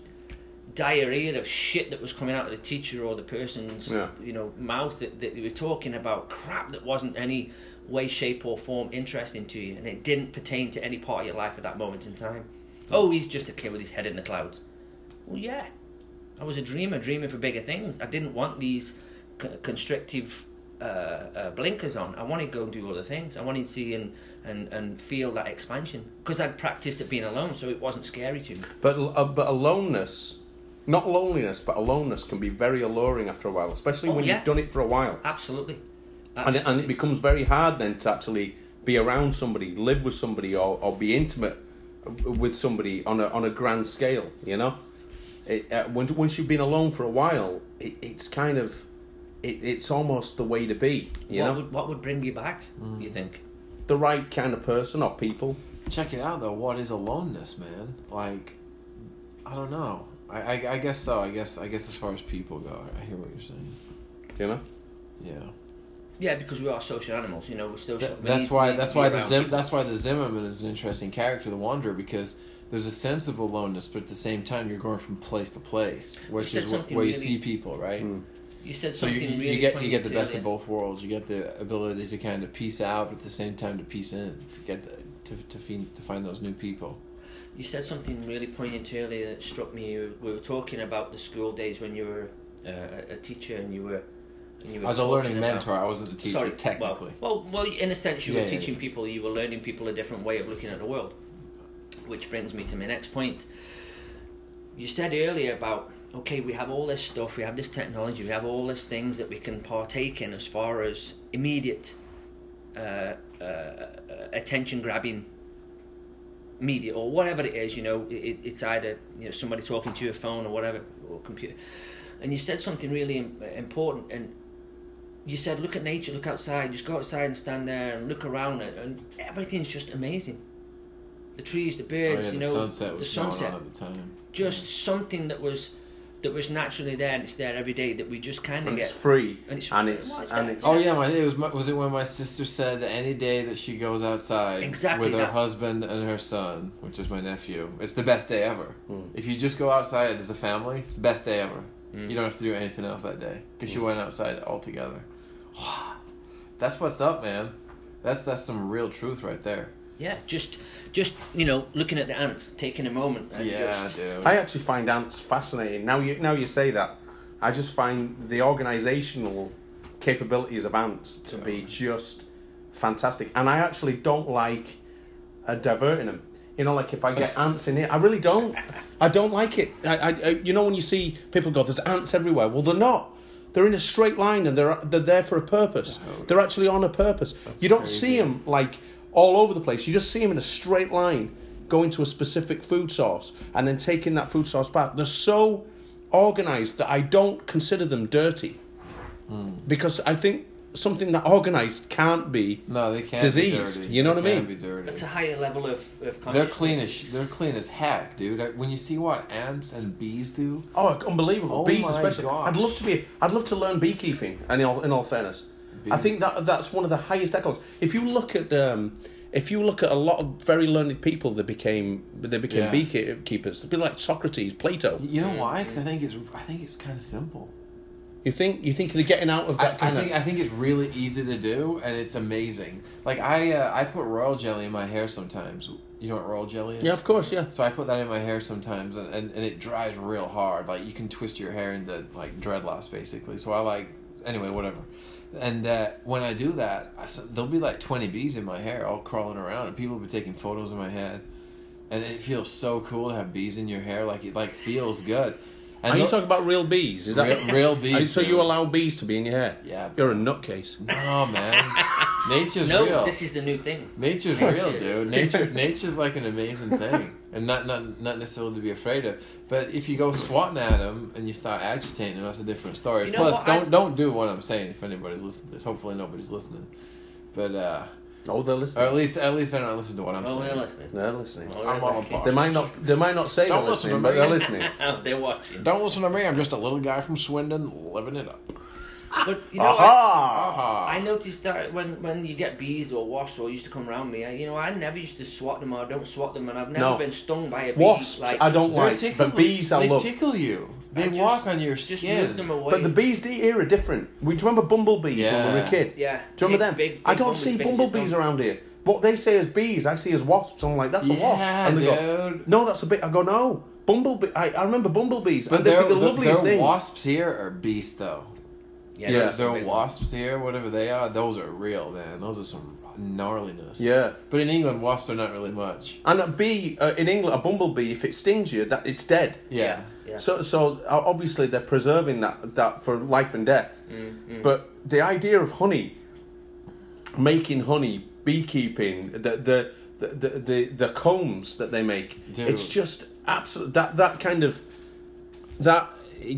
Speaker 3: diarrhea of shit that was coming out of the teacher or the person's
Speaker 2: Yeah.
Speaker 3: you know mouth that, that you were talking about crap that wasn't any way shape or form interesting to you and it didn't pertain to any part of your life at that moment in time oh he's just a kid with his head in the clouds well yeah i was a dreamer dreaming for bigger things i didn't want these c- constrictive uh, uh, blinkers on i wanted to go and do other things i wanted to see and and, and feel that expansion because i'd practiced at being alone so it wasn't scary to me
Speaker 2: But, uh, but aloneness, not loneliness, but aloneness can be very alluring after a while, especially
Speaker 3: Oh,
Speaker 2: when
Speaker 3: yeah.
Speaker 2: you've done it for a while.
Speaker 3: absolutely
Speaker 2: And, it- and it becomes very hard then to actually be around somebody, live with somebody, or, or be intimate with somebody on a, on a grand scale, you know? It, uh, once, once you've been alone for a while, it, it's kind of, it, it's almost the way to be, you
Speaker 3: what
Speaker 2: know?
Speaker 3: would what would bring you back?
Speaker 4: Mm.
Speaker 3: You think?
Speaker 2: The right kind of person or people.
Speaker 4: Check it out, though. What is aloneness, man? Like, I don't know. I, I, I guess so. I guess I guess as far as people go, I hear what you're saying.
Speaker 2: You know,
Speaker 4: Yeah.
Speaker 3: Yeah, because we are social animals. You know, we're social.
Speaker 4: Th-
Speaker 3: we
Speaker 4: that's
Speaker 3: need- we
Speaker 4: why
Speaker 3: need
Speaker 4: that's
Speaker 3: to be
Speaker 4: why the
Speaker 3: around
Speaker 4: Zim,
Speaker 3: people.
Speaker 4: that's why the Zimmerman is an interesting character, the Wanderer, because there's a sense of aloneness, but at the same time you're going from place to place, which
Speaker 3: said
Speaker 4: is where,
Speaker 3: something
Speaker 4: where you
Speaker 3: really-
Speaker 4: see people, right?
Speaker 3: Hmm. You said
Speaker 4: So you,
Speaker 3: something
Speaker 4: you,
Speaker 3: really.
Speaker 4: you get you
Speaker 3: poignant
Speaker 4: get the best
Speaker 3: earlier.
Speaker 4: of both worlds. You get the ability to kind of piece out, but at the same time to piece in, to get the, to to, find, to find those new people.
Speaker 3: You said something really poignant earlier that struck me. You- We were talking about the school days when you were uh, a- a teacher and you were. And you
Speaker 4: I
Speaker 3: were
Speaker 4: was a learning
Speaker 3: talking about-
Speaker 4: mentor. I wasn't a teacher
Speaker 3: Sorry,
Speaker 4: technically.
Speaker 3: Well, well, well, in a sense, you
Speaker 4: Yeah,
Speaker 3: were
Speaker 4: yeah,
Speaker 3: teaching
Speaker 4: yeah.
Speaker 3: people, you were learning people a different way of looking at the world. Which brings me to my next point. You said earlier about okay, we have all this stuff, we have this technology, we have all these things that we can partake in as far as immediate uh, uh, attention grabbing media or whatever it is. You know, it, it's either you know somebody talking to your phone or whatever or computer. And you said something really im- important, and you said look at nature look outside just go outside and stand there and look around and, and everything's just amazing the trees, the
Speaker 4: Oh,
Speaker 3: birds,
Speaker 4: yeah,
Speaker 3: you
Speaker 4: the
Speaker 3: know,
Speaker 4: sunset was
Speaker 3: the
Speaker 4: going
Speaker 3: sunset.
Speaker 4: on at the time.
Speaker 3: Just something that was that was naturally there and it's there every day that we just kind of
Speaker 2: and
Speaker 3: get.
Speaker 2: it's free
Speaker 3: And it's-
Speaker 2: and it's
Speaker 3: what is
Speaker 2: and
Speaker 3: that?
Speaker 2: it's
Speaker 4: Oh yeah, my, it was my, was it when my sister said that any day that she goes outside
Speaker 3: Exactly
Speaker 4: with her
Speaker 3: that.
Speaker 4: husband and her son, which is my nephew, it's the best day ever.
Speaker 5: Hmm.
Speaker 4: If you just go outside as a family, it's the best day ever.
Speaker 3: Hmm.
Speaker 4: You don't have to do anything else that day because
Speaker 5: Hmm.
Speaker 4: you went outside all together. That's what's up, man. That's that's some real truth right there.
Speaker 3: Yeah, just just you know, looking at the ants, taking a moment. And
Speaker 4: Yeah,
Speaker 3: just,
Speaker 4: dude.
Speaker 2: I actually find ants fascinating. Now you now you say that, I just find the organisational capabilities of ants to be just fantastic. And I actually don't like uh, diverting them. You know, like if I get ants in here, I really don't.
Speaker 5: I don't like it. I, I, I- you know, when you see people go, there's ants everywhere. Well, they're not. They're in a straight line and they're, they're there for a purpose. They're actually on a purpose. You don't 'em
Speaker 4: crazy.
Speaker 5: see them like all over the place. You just see them in a straight line going to a specific food source and then taking that food source back. They're so organized that I don't consider them dirty because I think something that organized can't be.
Speaker 4: no, they can't
Speaker 5: Diseased,
Speaker 4: be dirty.
Speaker 5: you know what I
Speaker 4: They can't
Speaker 5: mean?
Speaker 4: Be dirty.
Speaker 3: It's a higher level of, of consciousness.
Speaker 4: They're clean as they're clean as heck, dude. I- When you see what ants and bees do,
Speaker 2: Oh, unbelievable!
Speaker 4: Oh
Speaker 2: Bees,
Speaker 4: my
Speaker 2: especially.
Speaker 4: gosh.
Speaker 2: I'd love to be. I'd love to learn beekeeping. And in all, in all fairness, I think that that's one of the highest ecologies.
Speaker 5: If you look at um, if you look at a lot of very learned people that became they became
Speaker 4: Yeah.
Speaker 5: beekeepers, people like Socrates, Plato.
Speaker 4: you know why? Because I
Speaker 5: Mm.
Speaker 4: think it's I think it's kind of simple.
Speaker 5: You think you think they're getting out of
Speaker 4: I,
Speaker 5: that
Speaker 4: I
Speaker 5: kind
Speaker 4: think
Speaker 5: of?
Speaker 4: I think it's really easy to do, and it's amazing. Like I, uh, I put royal jelly in my hair sometimes. You know what royal jelly is?
Speaker 5: Yeah, of course, yeah.
Speaker 4: So I put that in my hair sometimes, and, and, and it dries real hard. Like you can twist your hair into like dreadlocks, basically. So I like anyway, whatever. And uh, when I do that, I s there'll be like twenty bees in my hair, all crawling around, and people will be taking photos of my head. And it feels so cool to have bees in your hair. Like it like feels good. And
Speaker 5: Are you
Speaker 4: look-
Speaker 5: talking about real bees? Is that
Speaker 4: Real- real bees,
Speaker 5: So you
Speaker 4: dude.
Speaker 5: allow bees to be in your hair?
Speaker 4: Yeah.
Speaker 5: You're a nutcase.
Speaker 4: No Oh, man, nature's
Speaker 3: no,
Speaker 4: real. Oh,
Speaker 3: this is the new thing.
Speaker 4: Nature's real, dude. Nature, nature's like an amazing thing, and not not not necessarily to be afraid of. But if you go swatting at them and you start agitating them, that's a different story.
Speaker 3: You know
Speaker 4: Plus,
Speaker 3: what,
Speaker 4: don't
Speaker 3: I-
Speaker 4: don't do what I'm saying. If anybody's listening to this, hopefully nobody's listening. But uh,
Speaker 2: Oh, they're
Speaker 4: or at
Speaker 2: listening.
Speaker 4: least at least they're not listening to what I'm
Speaker 3: Oh,
Speaker 4: saying.
Speaker 3: they're listening.
Speaker 2: They're listening.
Speaker 3: Oh,
Speaker 4: I'm
Speaker 3: they're
Speaker 4: all
Speaker 3: listening.
Speaker 4: about
Speaker 2: They might not. They might not say
Speaker 4: Don't
Speaker 2: they're
Speaker 4: listen
Speaker 2: listening,
Speaker 4: to
Speaker 2: but
Speaker 4: me.
Speaker 2: they're listening.
Speaker 3: Oh, they're watching.
Speaker 4: Don't listen to me. I'm just a little guy from Swindon, living it up.
Speaker 3: But you know, I,
Speaker 2: Aha!
Speaker 4: Ah,
Speaker 3: I noticed that when, when you get bees or wasps or used to come round me, I, you know, I never used to swat them or I don't swat them, and I've never
Speaker 2: No.
Speaker 3: been stung by a bee.
Speaker 2: Wasps,
Speaker 3: like,
Speaker 2: I don't
Speaker 4: They're
Speaker 2: like,
Speaker 4: tickle-
Speaker 2: but bees I
Speaker 4: they
Speaker 2: love.
Speaker 4: tickle you. They
Speaker 3: I just-
Speaker 4: walk on your
Speaker 3: just
Speaker 4: skin.
Speaker 3: moved them away.
Speaker 2: But the bees do here are different. We do you remember bumblebees when we were
Speaker 4: Yeah.
Speaker 2: a kid.
Speaker 3: Yeah.
Speaker 2: Do you remember
Speaker 3: Big-
Speaker 2: them?
Speaker 3: big- big
Speaker 2: I don't
Speaker 3: bumblebees,
Speaker 2: see
Speaker 3: big
Speaker 2: bumblebees
Speaker 3: bumblebees.
Speaker 2: around here. What they say as bees, I see as wasps. I'm like, that's a wasp.
Speaker 4: Yeah,
Speaker 2: And they go,
Speaker 4: dude.
Speaker 2: no, that's a bee. I go, no, bumblebee. I, I remember bumblebees,
Speaker 4: But
Speaker 2: and they'd
Speaker 4: they're,
Speaker 2: be the
Speaker 4: they're-
Speaker 2: loveliest
Speaker 4: they're
Speaker 2: things.
Speaker 4: wasps here are beasts though.
Speaker 3: yeah,
Speaker 2: yeah,
Speaker 3: that's the
Speaker 4: They're
Speaker 3: big one.
Speaker 4: wasps here, whatever they are. Those are real, man. Those are some gnarliness.
Speaker 2: Yeah.
Speaker 4: But in England, wasps are not really much.
Speaker 2: And a bee uh, in England, a bumblebee, if it stings you, that it's dead.
Speaker 4: Yeah.
Speaker 3: Yeah.
Speaker 2: So, so uh, obviously they're preserving that that for life and death.
Speaker 4: Mm,
Speaker 2: But the idea of honey, making honey, beekeeping, the the the the, the, the combs that they make,
Speaker 4: Dude.
Speaker 2: it's just absolute that that kind of
Speaker 5: That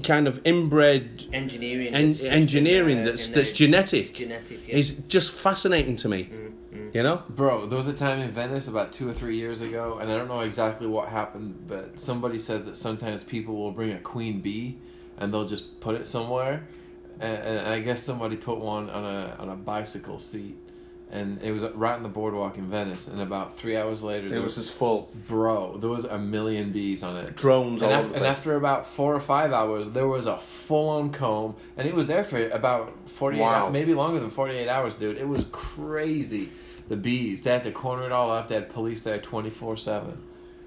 Speaker 5: kind of inbred
Speaker 3: engineering.
Speaker 5: en-
Speaker 3: that's just in
Speaker 5: engineering
Speaker 3: their-
Speaker 5: that's
Speaker 3: in their
Speaker 5: that's genetic,
Speaker 3: Genetic. Yeah.
Speaker 5: is just fascinating to me.
Speaker 4: Mm,
Speaker 5: You know,
Speaker 4: Bro, there was a time in Venice about two or three years ago, and I don't know exactly what happened, but somebody said that sometimes people will bring a queen bee and they'll just put it somewhere. And, and I guess somebody put one on a, on a bicycle seat. And it was right on the boardwalk in Venice. And about three hours later,
Speaker 2: it was just full
Speaker 4: bro, there was a million bees on it.
Speaker 2: drones all
Speaker 4: And, af-
Speaker 2: over the
Speaker 4: and
Speaker 2: place.
Speaker 4: after about four or five hours, there was a full on comb, and it was there for about 48
Speaker 2: Wow.
Speaker 4: hours, maybe longer than 48 hours, dude. It was crazy. The bees, they had to corner it all up, they had police there 24 7.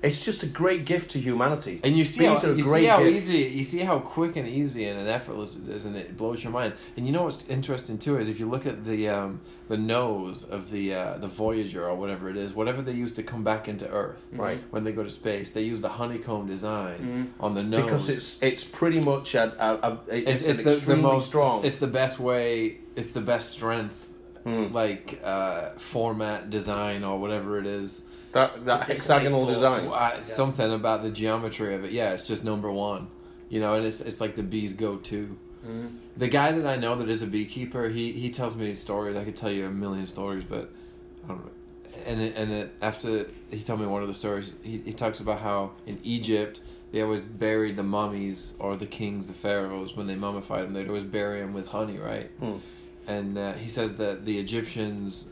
Speaker 2: It's just a great gift to humanity.
Speaker 4: And you see
Speaker 2: bees
Speaker 4: how,
Speaker 2: are a
Speaker 4: you
Speaker 2: great
Speaker 4: see how
Speaker 2: gift.
Speaker 4: easy you see how quick and easy and effortless it is, and it blows your mind. And you know what's interesting too is if you look at the um, the nose of the uh, the Voyager or whatever it is, whatever they use to come back into Earth,
Speaker 2: Right.
Speaker 4: When they go to space, they use the honeycomb design on the nose
Speaker 2: because it's it's pretty much a, a, a it's,
Speaker 4: it's, it's
Speaker 2: an
Speaker 4: the, the
Speaker 2: extremely
Speaker 4: most
Speaker 2: strong.
Speaker 4: It's the best way. It's the best strength,
Speaker 2: Mm.
Speaker 4: like uh, format, design, or whatever it is.
Speaker 2: that that hexagonal
Speaker 3: force.
Speaker 2: design.
Speaker 4: Uh, Something about the geometry of it. Yeah, it's just number one. You know, and it's it's like the bees go to. The guy that I know that is a beekeeper, he he tells me stories. I could tell you a million stories, but I don't know. and it, and it, after he told me one of the stories, he, he talks about how in Egypt they always buried the mummies or the kings, the pharaohs when they mummified them. They'd always bury them with honey, right? And uh, he says that the Egyptians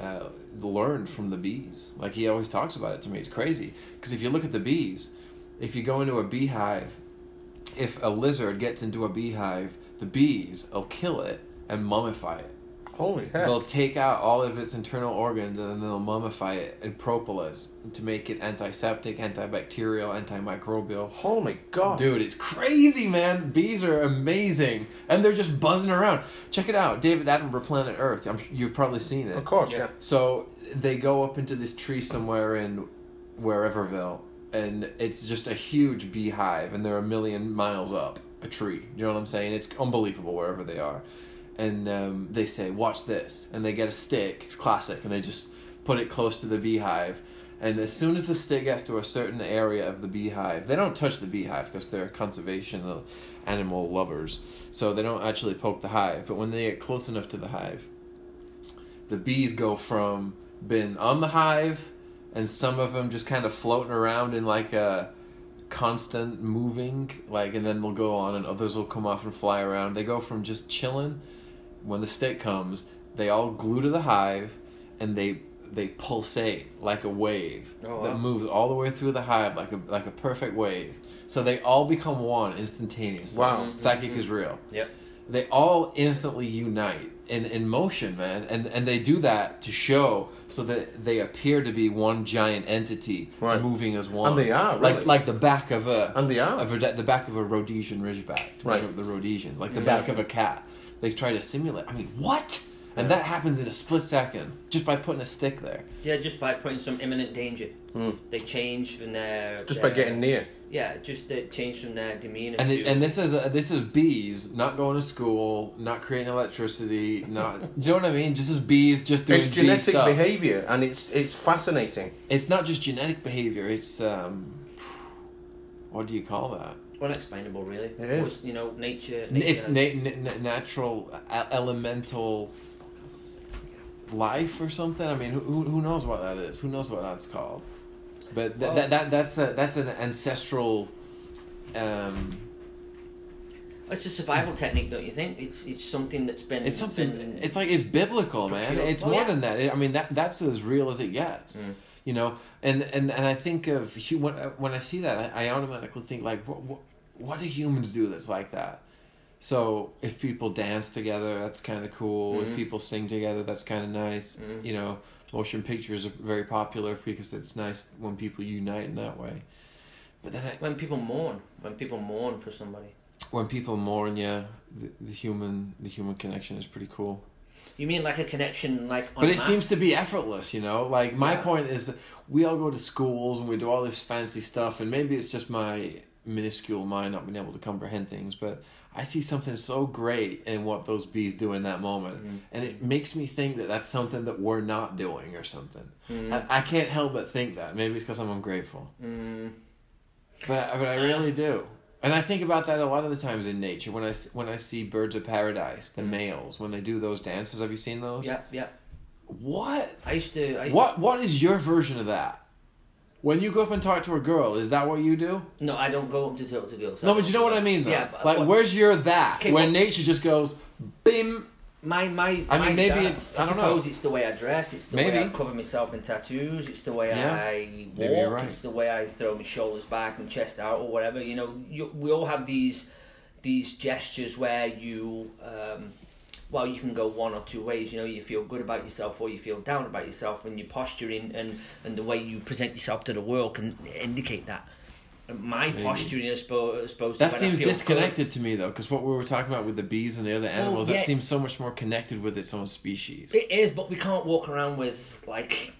Speaker 4: uh, learned from the bees. Like he always talks about it to me. It's crazy because if you look at the bees, if you go into a beehive, if a lizard gets into a beehive, the bees will kill it and mummify it.
Speaker 2: Holy heck.
Speaker 4: They'll take out all of its internal organs and then they'll mummify it in propolis to make it antiseptic, antibacterial, antimicrobial.
Speaker 2: Holy God.
Speaker 4: Dude, it's crazy, man. Bees are amazing, and they're just buzzing around. Check it out, David Attenborough, Planet Earth. I'm, you've probably seen it.
Speaker 2: Of course, yeah.
Speaker 4: So they go up into this tree somewhere in whereverville, and it's just a huge beehive, and they're a million miles up a tree. You know what I'm saying? It's unbelievable wherever they are. And um, they say, "Watch this," and they get a stick. It's classic, and they just put it close to the beehive. And as soon as the stick gets to a certain area of the beehive, they don't touch the beehive because they're conservation animal lovers. So they don't actually poke the hive. But when they get close enough to the hive, the bees go from being on the hive and some of them just kind of floating around in like a constant moving like and then they'll go on and others will come off and fly around they go from just chilling when the stick comes they all glue to the hive and they they pulsate like a wave
Speaker 3: Oh, wow.
Speaker 4: that moves all the way through the hive like a like a perfect wave so they all become one instantaneously
Speaker 2: Wow.
Speaker 4: psychic is real
Speaker 3: Yep.
Speaker 4: they all instantly unite in, in motion, man. And and they do that to show so that they appear to be one giant entity
Speaker 2: Right.
Speaker 4: moving as one.
Speaker 2: And they are, really.
Speaker 4: like like the back of a
Speaker 2: And they are.
Speaker 4: of a, the back of a Rhodesian Ridgeback, to
Speaker 2: Right.
Speaker 4: bring up the Rhodesians, like the back of a cat. They try to simulate. I mean, what? And that happens in a split second just by putting a stick there.
Speaker 3: Yeah, just by putting some imminent danger, they change from their
Speaker 2: Just by
Speaker 3: their-
Speaker 2: getting near.
Speaker 3: Yeah, just they change from their demeanor.
Speaker 4: And it,
Speaker 3: to-
Speaker 4: and this is this is bees not going to school, not creating electricity, not. do you know what I mean? Just as bees, just doing
Speaker 2: It's
Speaker 4: bee
Speaker 2: genetic
Speaker 4: stuff.
Speaker 2: behaviour, and it's it's fascinating.
Speaker 4: it's not just genetic behavior. It's um, what do you call that?
Speaker 3: unexplainable, really. It
Speaker 2: is.
Speaker 3: you know, nature. nature
Speaker 4: It's
Speaker 3: has-
Speaker 4: na- n- n- natural uh, elemental life or something. I mean, who who who knows what that is? Who knows what that's called? But th-
Speaker 3: Well-
Speaker 4: that that that's a that's an ancestral. Um,
Speaker 3: It's a survival technique, don't you think? It's it's something that's been.
Speaker 4: it's something.
Speaker 3: been-
Speaker 4: It's like it's biblical, man.
Speaker 3: Procure-
Speaker 4: It's
Speaker 3: well,
Speaker 4: more
Speaker 3: yeah. Mm.
Speaker 4: than that. I mean, that that's as real as it gets. You know, and and and I think of hu- when uh, when I see that, I, I automatically think like, what, what what do humans do that's like that? So if people dance together, that's kind of cool.
Speaker 3: Mm-hmm.
Speaker 4: If people sing together, that's kind of nice. You know, motion pictures are very popular because it's nice when people unite in that way. But then I,
Speaker 3: when people mourn, when people mourn for somebody.
Speaker 4: when people mourn, yeah, the, the human the human connection is pretty cool.
Speaker 3: You mean like a connection, like. On
Speaker 4: But it
Speaker 3: mass?
Speaker 4: seems to be effortless, you know. Like my
Speaker 3: Yeah.
Speaker 4: point is, that we all go to schools and we do all this fancy stuff, and maybe it's just my minuscule mind not being able to comprehend things. But I see something so great in what those bees do in that moment,
Speaker 3: Mm.
Speaker 4: and it makes me think that that's something that we're not doing or something.
Speaker 3: Mm.
Speaker 4: I, I can't help but think that. Maybe it's because I'm ungrateful,
Speaker 3: Mm.
Speaker 4: but I- but I really do. And I think about that a lot of the times in nature when I s- when I see birds of paradise, the males when they do those dances. Have you seen those?
Speaker 3: Mm. Yeah, yeah.
Speaker 4: What?
Speaker 3: I used to. I,
Speaker 4: What? What is your version of that? When you go up and talk to a girl, is that what you do?
Speaker 3: No, I don't go up to Turtle to Girls.
Speaker 4: No, but you know what I mean, though.
Speaker 3: Yeah, but
Speaker 4: like,
Speaker 3: what-
Speaker 4: where's your that?
Speaker 3: Okay,
Speaker 4: when
Speaker 3: what-
Speaker 4: nature just goes, bim.
Speaker 3: My my.
Speaker 4: I mean,
Speaker 3: my
Speaker 4: maybe
Speaker 3: dad-
Speaker 4: it's- I don't know.
Speaker 3: suppose it's the way I dress. It's the way I
Speaker 4: Maybe.
Speaker 3: cover myself in tattoos. It's the way
Speaker 4: Yeah.
Speaker 3: I walk.
Speaker 4: Maybe you're right.
Speaker 3: It's the way I throw my shoulders back and chest out or whatever. You know, you, we all have these these gestures where you. Um, well, you can go one or two ways. You know, you feel good about yourself, or you feel down about yourself, and your posturing and and the way you present yourself to the world can indicate that. My posturing, I suppose, I suppose
Speaker 4: That
Speaker 3: when I
Speaker 4: seems
Speaker 3: feel good- Oh,
Speaker 4: disconnected to me though, because what we were talking about with the bees and the other animals,
Speaker 3: yeah.
Speaker 4: that seems so much more connected with its own species.
Speaker 3: It is, but we can't walk around with like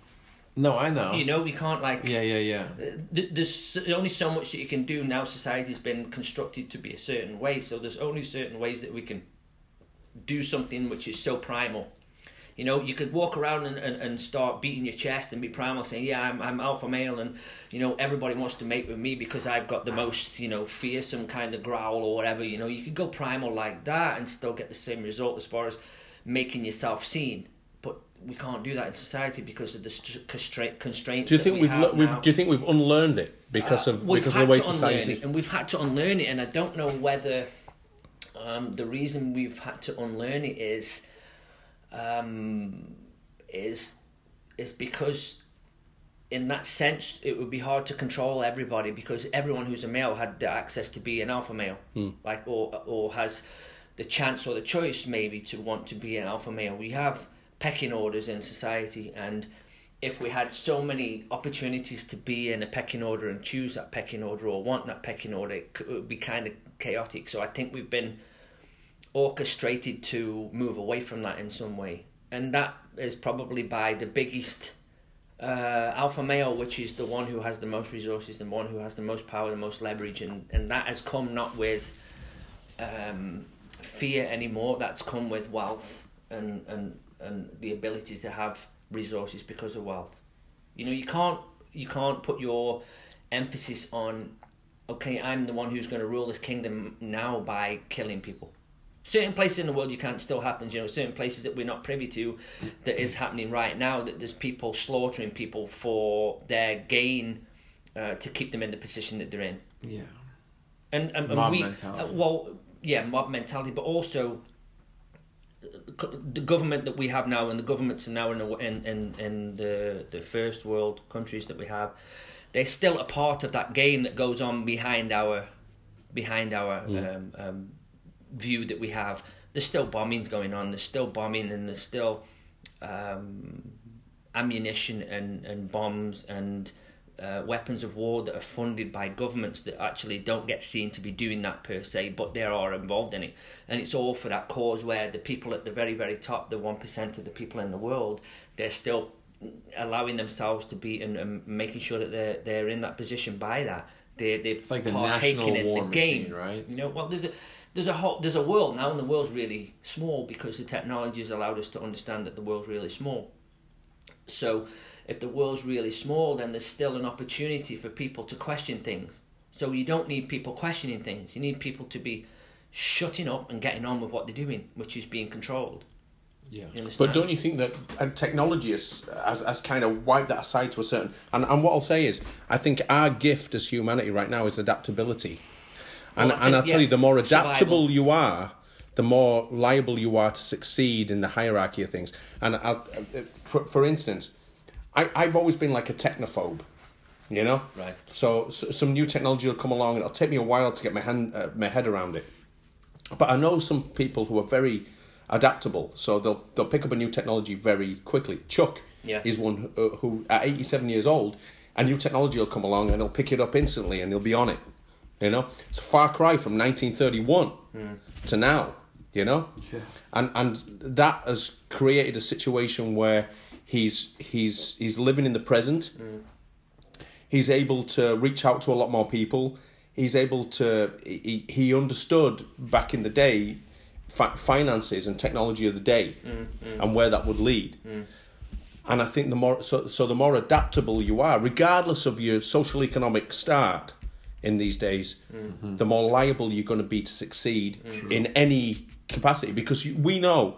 Speaker 4: no, I know.
Speaker 3: you know we can't like
Speaker 4: Yeah, yeah, yeah.
Speaker 3: th- there's only so much that you can do now. Society's been constructed to be a certain way, so there's only certain ways that we can do something which is so primal. You know, you could walk around and, and, and start beating your chest and be primal, saying, "Yeah, I'm I'm alpha male, and you know everybody wants to mate with me because I've got the most you know fearsome kind of growl or whatever." You know, you could go primal like that and still get the same result as far as making yourself seen. But we can't do that in society because of the st- constra- constraints.
Speaker 2: Do you think we
Speaker 3: that we
Speaker 2: have
Speaker 3: have
Speaker 2: le-
Speaker 3: now. Uh,
Speaker 2: we've, do you think we've unlearned it because of
Speaker 3: We've
Speaker 2: because of
Speaker 3: had
Speaker 2: the way
Speaker 3: to unlearn
Speaker 2: society?
Speaker 3: it, and we've had to unlearn it, and I don't know whether um, the reason we've had to unlearn it is um, is is because in that sense it would be hard to control everybody because everyone who's a male had the access to be an alpha male, like or or has the chance or the choice maybe to want to be an alpha male. We have pecking orders in society and if we had so many opportunities to be in a pecking order and choose that pecking order or want that pecking order, it c- it would be kind of chaotic. So I think we've been orchestrated to move away from that in some way, and that is probably by the biggest uh, alpha male, which is the one who has the most resources, the one who has the most power, the most leverage, and and that has come not with um, fear anymore. That's come with wealth and and and the ability to have resources because of wealth. You know, you can't you can't put your emphasis on okay, I'm the one who's going to rule this kingdom now by killing people. Certain places in the world you can't still happens. You know, certain places that we're not privy to that is happening right now. That there's people slaughtering people for their gain uh, to keep them in the position that they're in
Speaker 4: Yeah.
Speaker 3: and, and, and
Speaker 4: Mob
Speaker 3: we,
Speaker 4: mentality.
Speaker 3: uh, well, yeah, mob mentality, but also the co- the government that we have now, and the governments are now in the in in, in the the first world countries that we have, they're still a part of that game that goes on behind our behind our um, um, view that we have. There's still bombings going on. There's still bombing, and there's still um, ammunition and, and bombs and uh, weapons of war that are funded by governments that actually don't get seen to be doing that per se, but they are involved in it. And it's all for that cause where the people at the very, very top, the 1% of the people in the world, they're still allowing themselves to be and, and making sure that they're, they're in that position by that. They're, they're
Speaker 4: It's like the
Speaker 3: partaking
Speaker 4: national
Speaker 3: in
Speaker 4: war
Speaker 3: the game.
Speaker 4: machine, right?
Speaker 3: You know, well, there's a there's a whole, there's a world now, and the world's really small because the technology has allowed us to understand that the world's really small. So, if the world's really small, then there's still an opportunity for people to question things. So you don't need people questioning things. You need people to be shutting up and getting on with what they're doing, which is being controlled.
Speaker 4: Yeah.
Speaker 3: You understand?
Speaker 2: But don't you think that uh, technology has, has, has kind of wiped that aside to a certain... And, and what I'll say is, I think our gift as humanity right now is adaptability. And,
Speaker 3: Well, I
Speaker 2: and
Speaker 3: think,
Speaker 2: I'll tell
Speaker 3: yeah,
Speaker 2: you, the more
Speaker 3: survival.
Speaker 2: adaptable you are, the more liable you are to succeed in the hierarchy of things. And I'll, uh, for, for instance, I, I've always been like a technophobe, you know?
Speaker 4: Right.
Speaker 2: So, s some new technology will come along and it'll take me a while to get my, hand, uh, my head around it. But I know some people who are very adaptable, so they'll they'll pick up a new technology very quickly. Chuck
Speaker 3: Yeah.
Speaker 2: is one who, who at eighty seven years old, a new technology will come along and he'll pick it up instantly and he'll be on it. You know, it's a far cry from nineteen thirty one to now. You know, and and that has created a situation where he's he's he's living in the present he's able to reach out to a lot more people. He's able to he, he understood back in the day fi- finances and technology of the day and where that would lead. And I think the more so, so the more adaptable you are, regardless of your social economic start in these days, the more liable you're going to be to succeed in any capacity because you, we know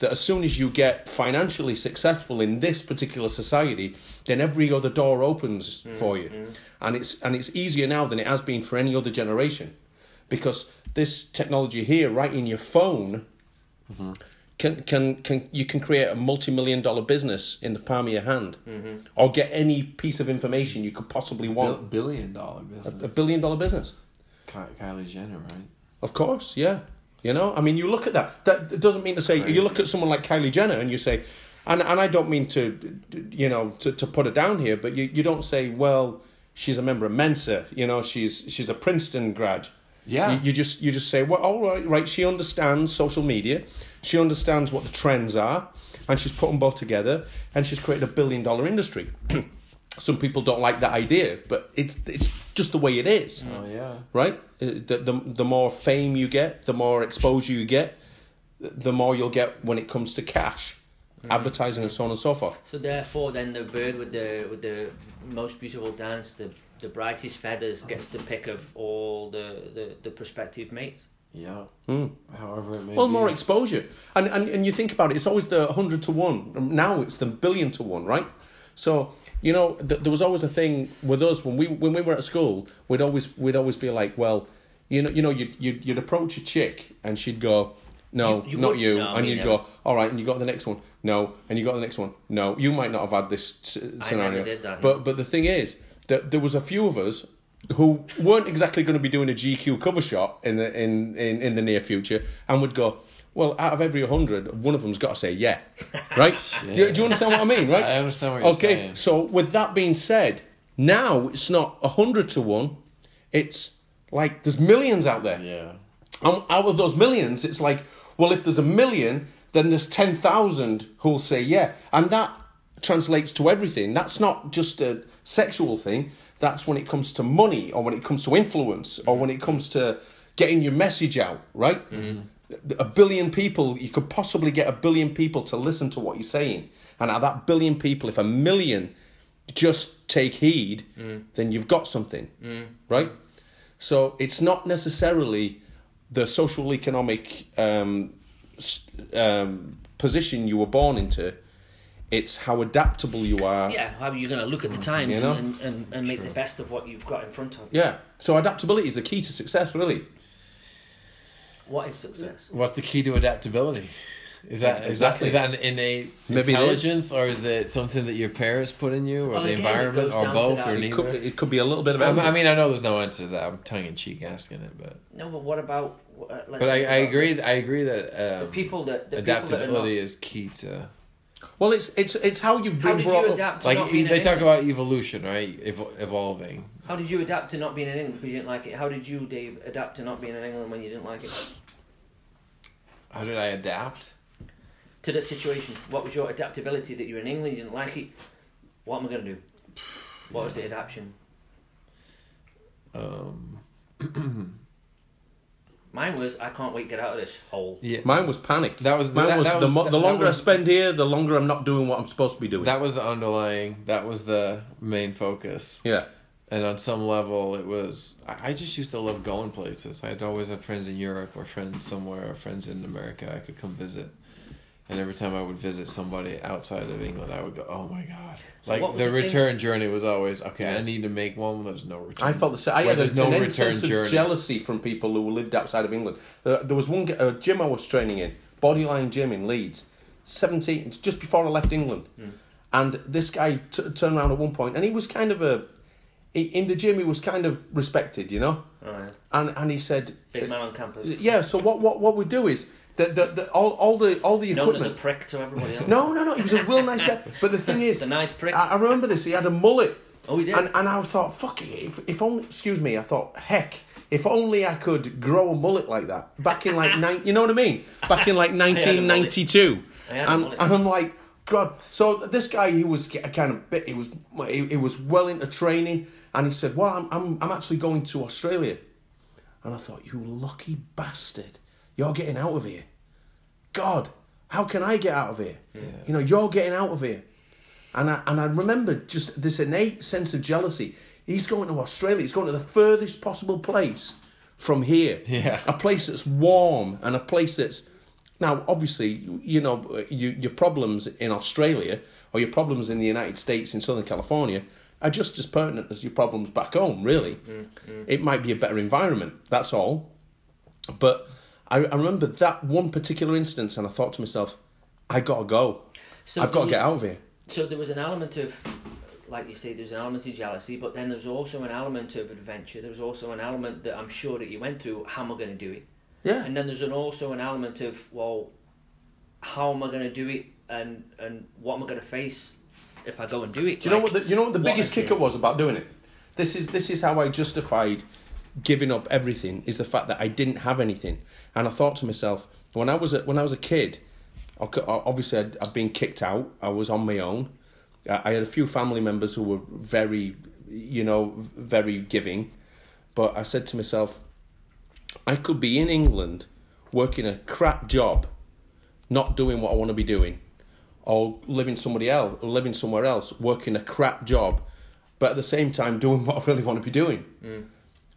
Speaker 2: that as soon as you get financially successful in this particular society, then every other door opens for you, and it's and it's easier now than it has been for any other generation, because this technology here, right in your phone, can can can you can create a multi-million dollar business in the palm of your hand, or get any piece of information you could possibly
Speaker 4: Bil-
Speaker 2: want.
Speaker 4: billion dollar business.
Speaker 2: a billion dollar business.
Speaker 4: Ki- Kylie Jenner, right?
Speaker 2: Of course, yeah. You know, I mean, you look at that. That doesn't mean to say you look at someone like Kylie Jenner and you say, and and I don't mean to, you know, to, to put her down here, but you, you don't say, well, she's a member of Mensa. You know, she's she's a Princeton grad.
Speaker 4: Yeah.
Speaker 2: You, you just you just say, well, all right, right. She understands social media. She understands what the trends are, and she's put them both together, and she's created a billion dollar industry. Some people don't like that idea, but it's it's just the way it is
Speaker 4: Oh yeah.
Speaker 2: right? Uh, The, the, the more fame you get, the more exposure you get, the more you'll get when it comes to cash, advertising, and so on and so forth.
Speaker 3: So therefore, then the bird with the with the most beautiful dance, the the brightest feathers, gets the pick of all the the, the prospective mates.
Speaker 4: Yeah. However it may
Speaker 2: Hmm. Well,
Speaker 4: be.
Speaker 2: more exposure, and, and and you think about it, it's always the hundred to one. Now it's the billion to one, right? So you know, th- there was always a thing with us when we when we were at school, we'd always we'd always be like, well, you know, you know, you'd you'd, you'd approach a chick and she'd go, no,
Speaker 3: You- you
Speaker 2: not
Speaker 3: would-
Speaker 2: you,
Speaker 3: no,
Speaker 2: and
Speaker 3: me
Speaker 2: you'd
Speaker 3: never.
Speaker 2: go, all right, and you got the next one, no, and you got the next one, no. You might not have had this s- scenario,
Speaker 3: did that.
Speaker 2: but but the thing is that there was a few of us who weren't exactly going to be doing a GQ cover shot in the in in, in the near future, and would go. Well, out of every 100, one of them's got to say yeah, right? do, you, do you understand what I mean, right?
Speaker 4: I understand what you're
Speaker 2: okay,
Speaker 4: saying.
Speaker 2: so with that being said, now it's not 100 to 1, it's like there's millions out there.
Speaker 4: Yeah.
Speaker 2: And Um, out of those millions, it's like, well, if there's a million, then there's 10,000 who'll say yeah. And that translates to everything. That's not just a sexual thing. That's when it comes to money or when it comes to influence or when it comes to getting your message out, right? A billion people, you could possibly get a billion people to listen to what you're saying. And out of that billion people, if a million just take heed, then you've got something, right? So it's not necessarily the social economic um, s- um, position you were born into. It's how adaptable you are.
Speaker 3: Yeah, how are you going to look at the times
Speaker 2: You know?
Speaker 3: and, and, and make the best of what you've got in front of you?
Speaker 2: Yeah. So adaptability is the key to success, really.
Speaker 3: What is success?
Speaker 4: What's the key to adaptability? Is that is that,
Speaker 2: Exactly.
Speaker 4: is that an innate
Speaker 2: Maybe it is.
Speaker 4: intelligence, or is it something that your parents put in you, or
Speaker 3: Well, again,
Speaker 4: the
Speaker 3: it
Speaker 4: environment,
Speaker 3: goes
Speaker 4: or
Speaker 3: down to
Speaker 4: both,
Speaker 3: that.
Speaker 4: or
Speaker 3: It
Speaker 2: It
Speaker 4: neither?
Speaker 2: could, it could be a little bit of
Speaker 4: I,
Speaker 2: everything.
Speaker 4: I mean, I know there's no answer to that. I'm tongue in cheek asking it, but
Speaker 3: No, but what about? Uh, let's
Speaker 4: but I,
Speaker 3: think
Speaker 4: I
Speaker 3: about
Speaker 4: agree. I agree that um,
Speaker 3: People that the
Speaker 4: adaptability
Speaker 3: People that are not,
Speaker 4: is key to
Speaker 2: well, it's it's it's how you've
Speaker 3: how
Speaker 2: been
Speaker 3: did
Speaker 2: brought
Speaker 3: you
Speaker 2: up.
Speaker 3: adapt? To
Speaker 4: like
Speaker 3: not
Speaker 4: e-
Speaker 3: being
Speaker 4: they
Speaker 3: an
Speaker 4: talk
Speaker 3: English-
Speaker 4: about evolution, right? Ev- evolving.
Speaker 3: How did you adapt to not being in England because you didn't like it? How did you, Dave, adapt to not being in England when you didn't like it?
Speaker 4: How did I adapt?
Speaker 3: To that situation, what was your adaptability that you were in England, you didn't like it? What am I going to do? What was the adaptation?
Speaker 4: Um,
Speaker 3: Mine was, I can't wait to get out of this hole.
Speaker 4: yeah,
Speaker 2: Mine was panic.
Speaker 4: That was-
Speaker 2: mine
Speaker 4: that-
Speaker 2: was,
Speaker 4: that
Speaker 2: the,
Speaker 4: was-
Speaker 2: mo-
Speaker 4: that-
Speaker 2: the
Speaker 4: that
Speaker 2: longer
Speaker 4: was-
Speaker 2: I spend here, the longer I'm not doing what I'm supposed to be doing.
Speaker 4: that was the underlying. That was the main focus.
Speaker 2: yeah.
Speaker 4: and on some level it was i I just used to love going places i'd always have friends in europe or friends somewhere or friends in america i could come visit and every time i would visit somebody outside of england i would go oh my god like
Speaker 3: what was
Speaker 4: the
Speaker 3: the thing-
Speaker 4: return journey was always okay i need to make one where there's no return
Speaker 2: I felt the same. I
Speaker 4: where
Speaker 2: had
Speaker 4: there's
Speaker 2: a,
Speaker 4: no
Speaker 2: an
Speaker 4: return
Speaker 2: intense sense of
Speaker 4: journey
Speaker 2: jealousy from people who lived outside of England. Uh, there was one g- a gym I was training in, Bodyline Gym in Leeds, 17, it's just before I left England.
Speaker 4: Hmm.
Speaker 2: And this guy t- turned around at one point, and he was kind of a, he, in the gym, he was kind of respected, you know?
Speaker 3: Oh, yeah.
Speaker 2: And, and he said,
Speaker 3: Big man on campus.
Speaker 2: yeah, so what, what, what we do is, that the, the, all, all the all the
Speaker 3: Known as a
Speaker 2: equipment.
Speaker 3: prick to everybody else.
Speaker 2: No, no, no. He was a real nice guy. But the thing is,
Speaker 3: The nice prick.
Speaker 2: I, I remember this. He had a mullet.
Speaker 3: Oh, he did?
Speaker 2: And and I thought, fuck it. If if only, excuse me. I thought, heck, if only I could grow a mullet like that. Back in like nine, you know what I mean? Back in like nineteen ninety two.
Speaker 3: I had a
Speaker 2: And
Speaker 3: mullet.
Speaker 2: and I'm like, God. So this guy, he was a kind of bit. He was he, he was well into training, and he said, well, I'm I'm I'm actually going to Australia. And I thought, you lucky bastard, you're getting out of here. God, how can I get out of here? You know, you're getting out of here. And I, and I remember just this innate sense of jealousy. He's going to Australia, he's going to the furthest possible place from here.
Speaker 4: Yeah.
Speaker 2: A place that's warm and a place that's. Now, obviously, you, you know, you, your problems in Australia or your problems in the United States in Southern California are just as pertinent as your problems back home, really. It might be a better environment, that's all. But I, I remember that one particular instance, and I thought to myself, I gotta go.
Speaker 3: So
Speaker 2: I've got to
Speaker 3: those-
Speaker 2: get out of here.
Speaker 3: So there was an element of, like you say, there was an element of jealousy, but then there was also an element of adventure. There was also an element that I'm sure that you went through. How am I going to do it?
Speaker 2: Yeah.
Speaker 3: And then there's an, also an element of, well, how am I going to do it, and and what am I going to face if I go and do it?
Speaker 2: Do you know what? The, you know what the biggest
Speaker 3: is it?
Speaker 2: kicker was about doing it. This is this is how I justified giving up everything is the fact that I didn't have anything, and I thought to myself when I was a, when I was a kid, I cou- I- obviously I'd, I'd been kicked out. I was on my own. I I had a few family members who were very, you know, very giving, but I said to myself, I could be in England working a crap job, not doing what I want to be doing, or living somebody else, or living somewhere else, working a crap job, but at the same time doing what I really want to be doing.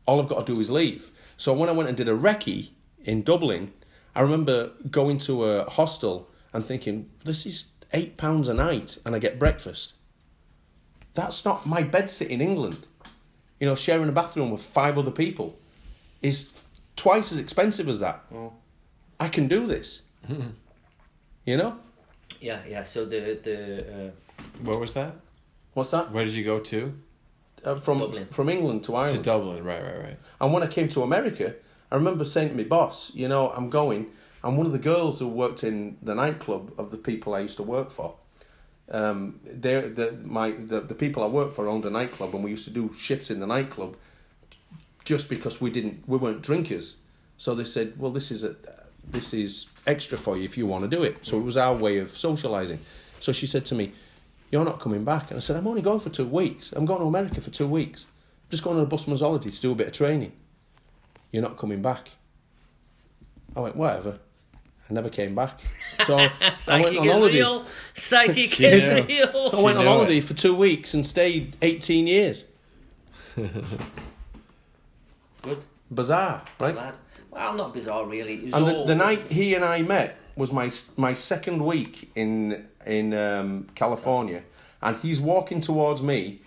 Speaker 2: All I've got to do is leave. So when I went and did a recce in Dublin, I remember going to a hostel and thinking, this is eight pounds a night and I get breakfast. That's not my bed sit in England. You know, sharing a bathroom with five other people is twice as expensive as that. I can do this. you know?
Speaker 3: Yeah, yeah. So the the uh,
Speaker 4: What was that?
Speaker 2: What's that?
Speaker 4: Where did you go to?
Speaker 2: Uh, from
Speaker 3: Dublin.
Speaker 2: from England to Ireland.
Speaker 4: To Dublin, right, right, right.
Speaker 2: And when I came to America, I remember saying to my boss, you know, I'm going. And one of the girls who worked in the nightclub of the people I used to work for, um, they, the, my, the, the people I worked for owned a nightclub and we used to do shifts in the nightclub just because we didn't, we weren't drinkers. So they said, well, this is a, this is extra for you if you want to do it. So it was our way of socializing. So she said to me, you're not coming back. And I said, I'm only going for two weeks. I'm going to America for two weeks. I'm just going on a busman's holiday to do a bit of training you're not coming back. I went, whatever. I never came back. So I went
Speaker 3: psychic
Speaker 2: on
Speaker 3: is
Speaker 2: holiday.
Speaker 3: real. Psychic is
Speaker 4: knew.
Speaker 3: real.
Speaker 2: So I went on
Speaker 4: knew it.
Speaker 2: holiday for two weeks and stayed 18 years.
Speaker 3: Good
Speaker 2: Bizarre, right?
Speaker 3: lad. Well, not bizarre really. It was
Speaker 2: And the,
Speaker 3: all-
Speaker 2: the night he and I met was my my second week in in um, California, and he's walking towards me.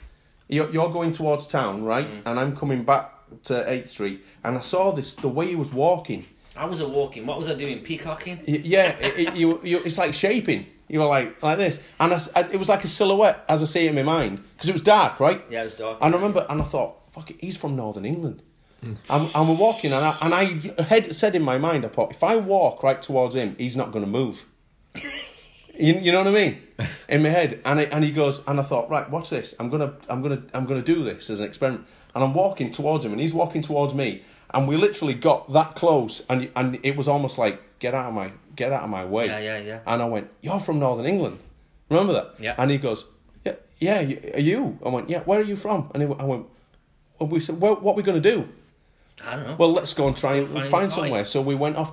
Speaker 2: You're, you're going towards town, right? And I'm coming back to Eighth Street, and I saw this the way he was walking.
Speaker 3: I was a walking. What was I doing? Peacocking.
Speaker 2: Y- yeah, it, it, you, you, it's like shaping. You were like like this, and I s I it was like a silhouette as I see it in my mind because it was dark, right?
Speaker 3: Yeah, it was dark.
Speaker 2: And I remember, and I thought, "Fuck it, he's from Northern England." and, and we're walking, and I, and I had said in my mind, I thought, if I walk right towards him, he's not going to move. You, you know what I mean? In my head, and I, and he goes, and I thought, right, watch this. I'm gonna, I'm gonna, I'm gonna do this as an experiment. And I'm walking towards him, and he's walking towards me, and we literally got that close, and and it was almost like, get out of my, get out of my way.
Speaker 3: Yeah, yeah, yeah.
Speaker 2: And I went, you're from Northern England, remember that?
Speaker 3: Yeah.
Speaker 2: And he goes, yeah, yeah, y- are you? I went, yeah. Where are you from? And he, went- I went, well, we said, well, what are we gonna do?
Speaker 3: I don't know.
Speaker 2: well let's go and try and
Speaker 3: Find
Speaker 2: find,
Speaker 3: a pie.
Speaker 2: somewhere so we went off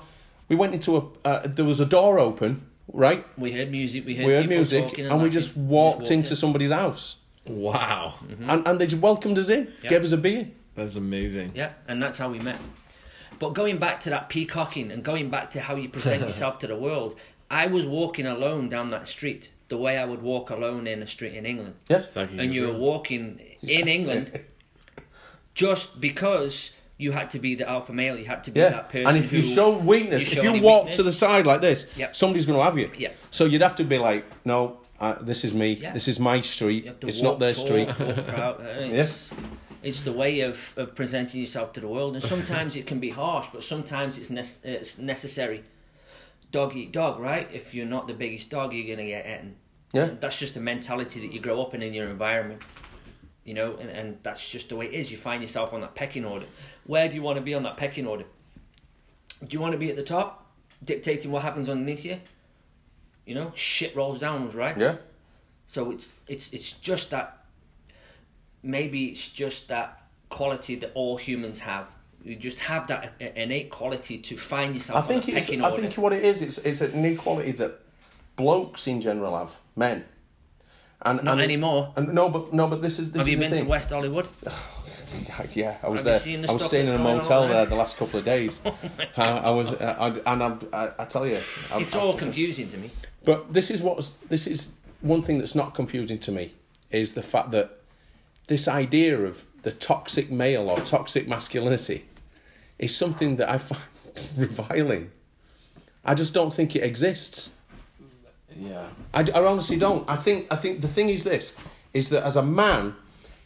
Speaker 2: we went into a uh, there was a door open right
Speaker 3: we heard music. We heard,
Speaker 2: we heard
Speaker 3: people
Speaker 2: music
Speaker 3: talking
Speaker 2: and,
Speaker 3: and,
Speaker 2: we
Speaker 3: laughing.
Speaker 2: just walked into
Speaker 3: in. Hmm?
Speaker 2: somebody's house
Speaker 4: Wow.
Speaker 2: and, and they just welcomed us in
Speaker 3: Yeah.
Speaker 2: gave us a beer
Speaker 4: Mm-hmm. That's amazing.
Speaker 3: Yeah, and that's how we met. But going back to that peacocking and going back to how you present yourself to the world, I was walking alone down that street the way I would walk alone in a street in England.
Speaker 2: yes
Speaker 4: Thank
Speaker 3: And you were walking in England just because you had to be the alpha male, you had to be
Speaker 2: yeah
Speaker 3: that person.
Speaker 2: and if you
Speaker 3: who-
Speaker 2: show weakness
Speaker 3: you
Speaker 2: if
Speaker 3: show
Speaker 2: you
Speaker 3: any
Speaker 2: walk to the
Speaker 3: weakness-
Speaker 2: side like this
Speaker 3: Yeah.
Speaker 2: somebody's going to have you
Speaker 3: Yeah.
Speaker 2: so you'd have to be like no uh, this is me
Speaker 3: Yeah.
Speaker 2: this is my street
Speaker 3: you have to
Speaker 2: it's
Speaker 3: walk
Speaker 2: not their
Speaker 3: tall,
Speaker 2: street
Speaker 3: walk proud, uh, It's, it's the way of, of presenting yourself to the world, and sometimes it can be harsh, but sometimes it's, nec- it's necessary. Dog eat dog, right? If you're not the biggest dog, you're gonna get eaten.
Speaker 2: Yeah.
Speaker 3: that's just the mentality that you grow up in in your environment. You know, and, and that's just the way it is. You find yourself on that pecking order. Where do you want to be on that pecking order? Do you want to be at the top, dictating what happens underneath you? You know, shit rolls downwards, right?
Speaker 2: yeah
Speaker 3: So it's it's it's just that maybe it's just that quality that all humans have. You just have that i- innate quality to find yourself.
Speaker 2: I think
Speaker 3: on a
Speaker 2: it's.
Speaker 3: pecking
Speaker 2: I
Speaker 3: order.
Speaker 2: think what it is, it's it's an inequality that blokes in general have, men. And
Speaker 3: Not
Speaker 2: and-
Speaker 3: anymore.
Speaker 2: And no, but no, but this is this
Speaker 3: have
Speaker 2: is
Speaker 3: you
Speaker 2: the
Speaker 3: been
Speaker 2: thing.
Speaker 3: to West Hollywood?
Speaker 2: Yeah, I was
Speaker 3: Have you
Speaker 2: there.
Speaker 3: seen the
Speaker 2: I was
Speaker 3: stuff
Speaker 2: staying in
Speaker 3: that's
Speaker 2: a
Speaker 3: going on
Speaker 2: motel
Speaker 3: there? Oh,
Speaker 2: there the last couple of days. I, I was, uh, I, I, and I, I, I tell you, I,
Speaker 3: It's
Speaker 2: I-
Speaker 3: all confusing to me.
Speaker 2: But this is what's this is one thing that's not confusing to me is the fact that this idea of the toxic male or toxic masculinity is something that I find reviling. I just don't think it exists.
Speaker 4: Yeah.
Speaker 2: I, I honestly don't. I think I think the thing is this is that as a man,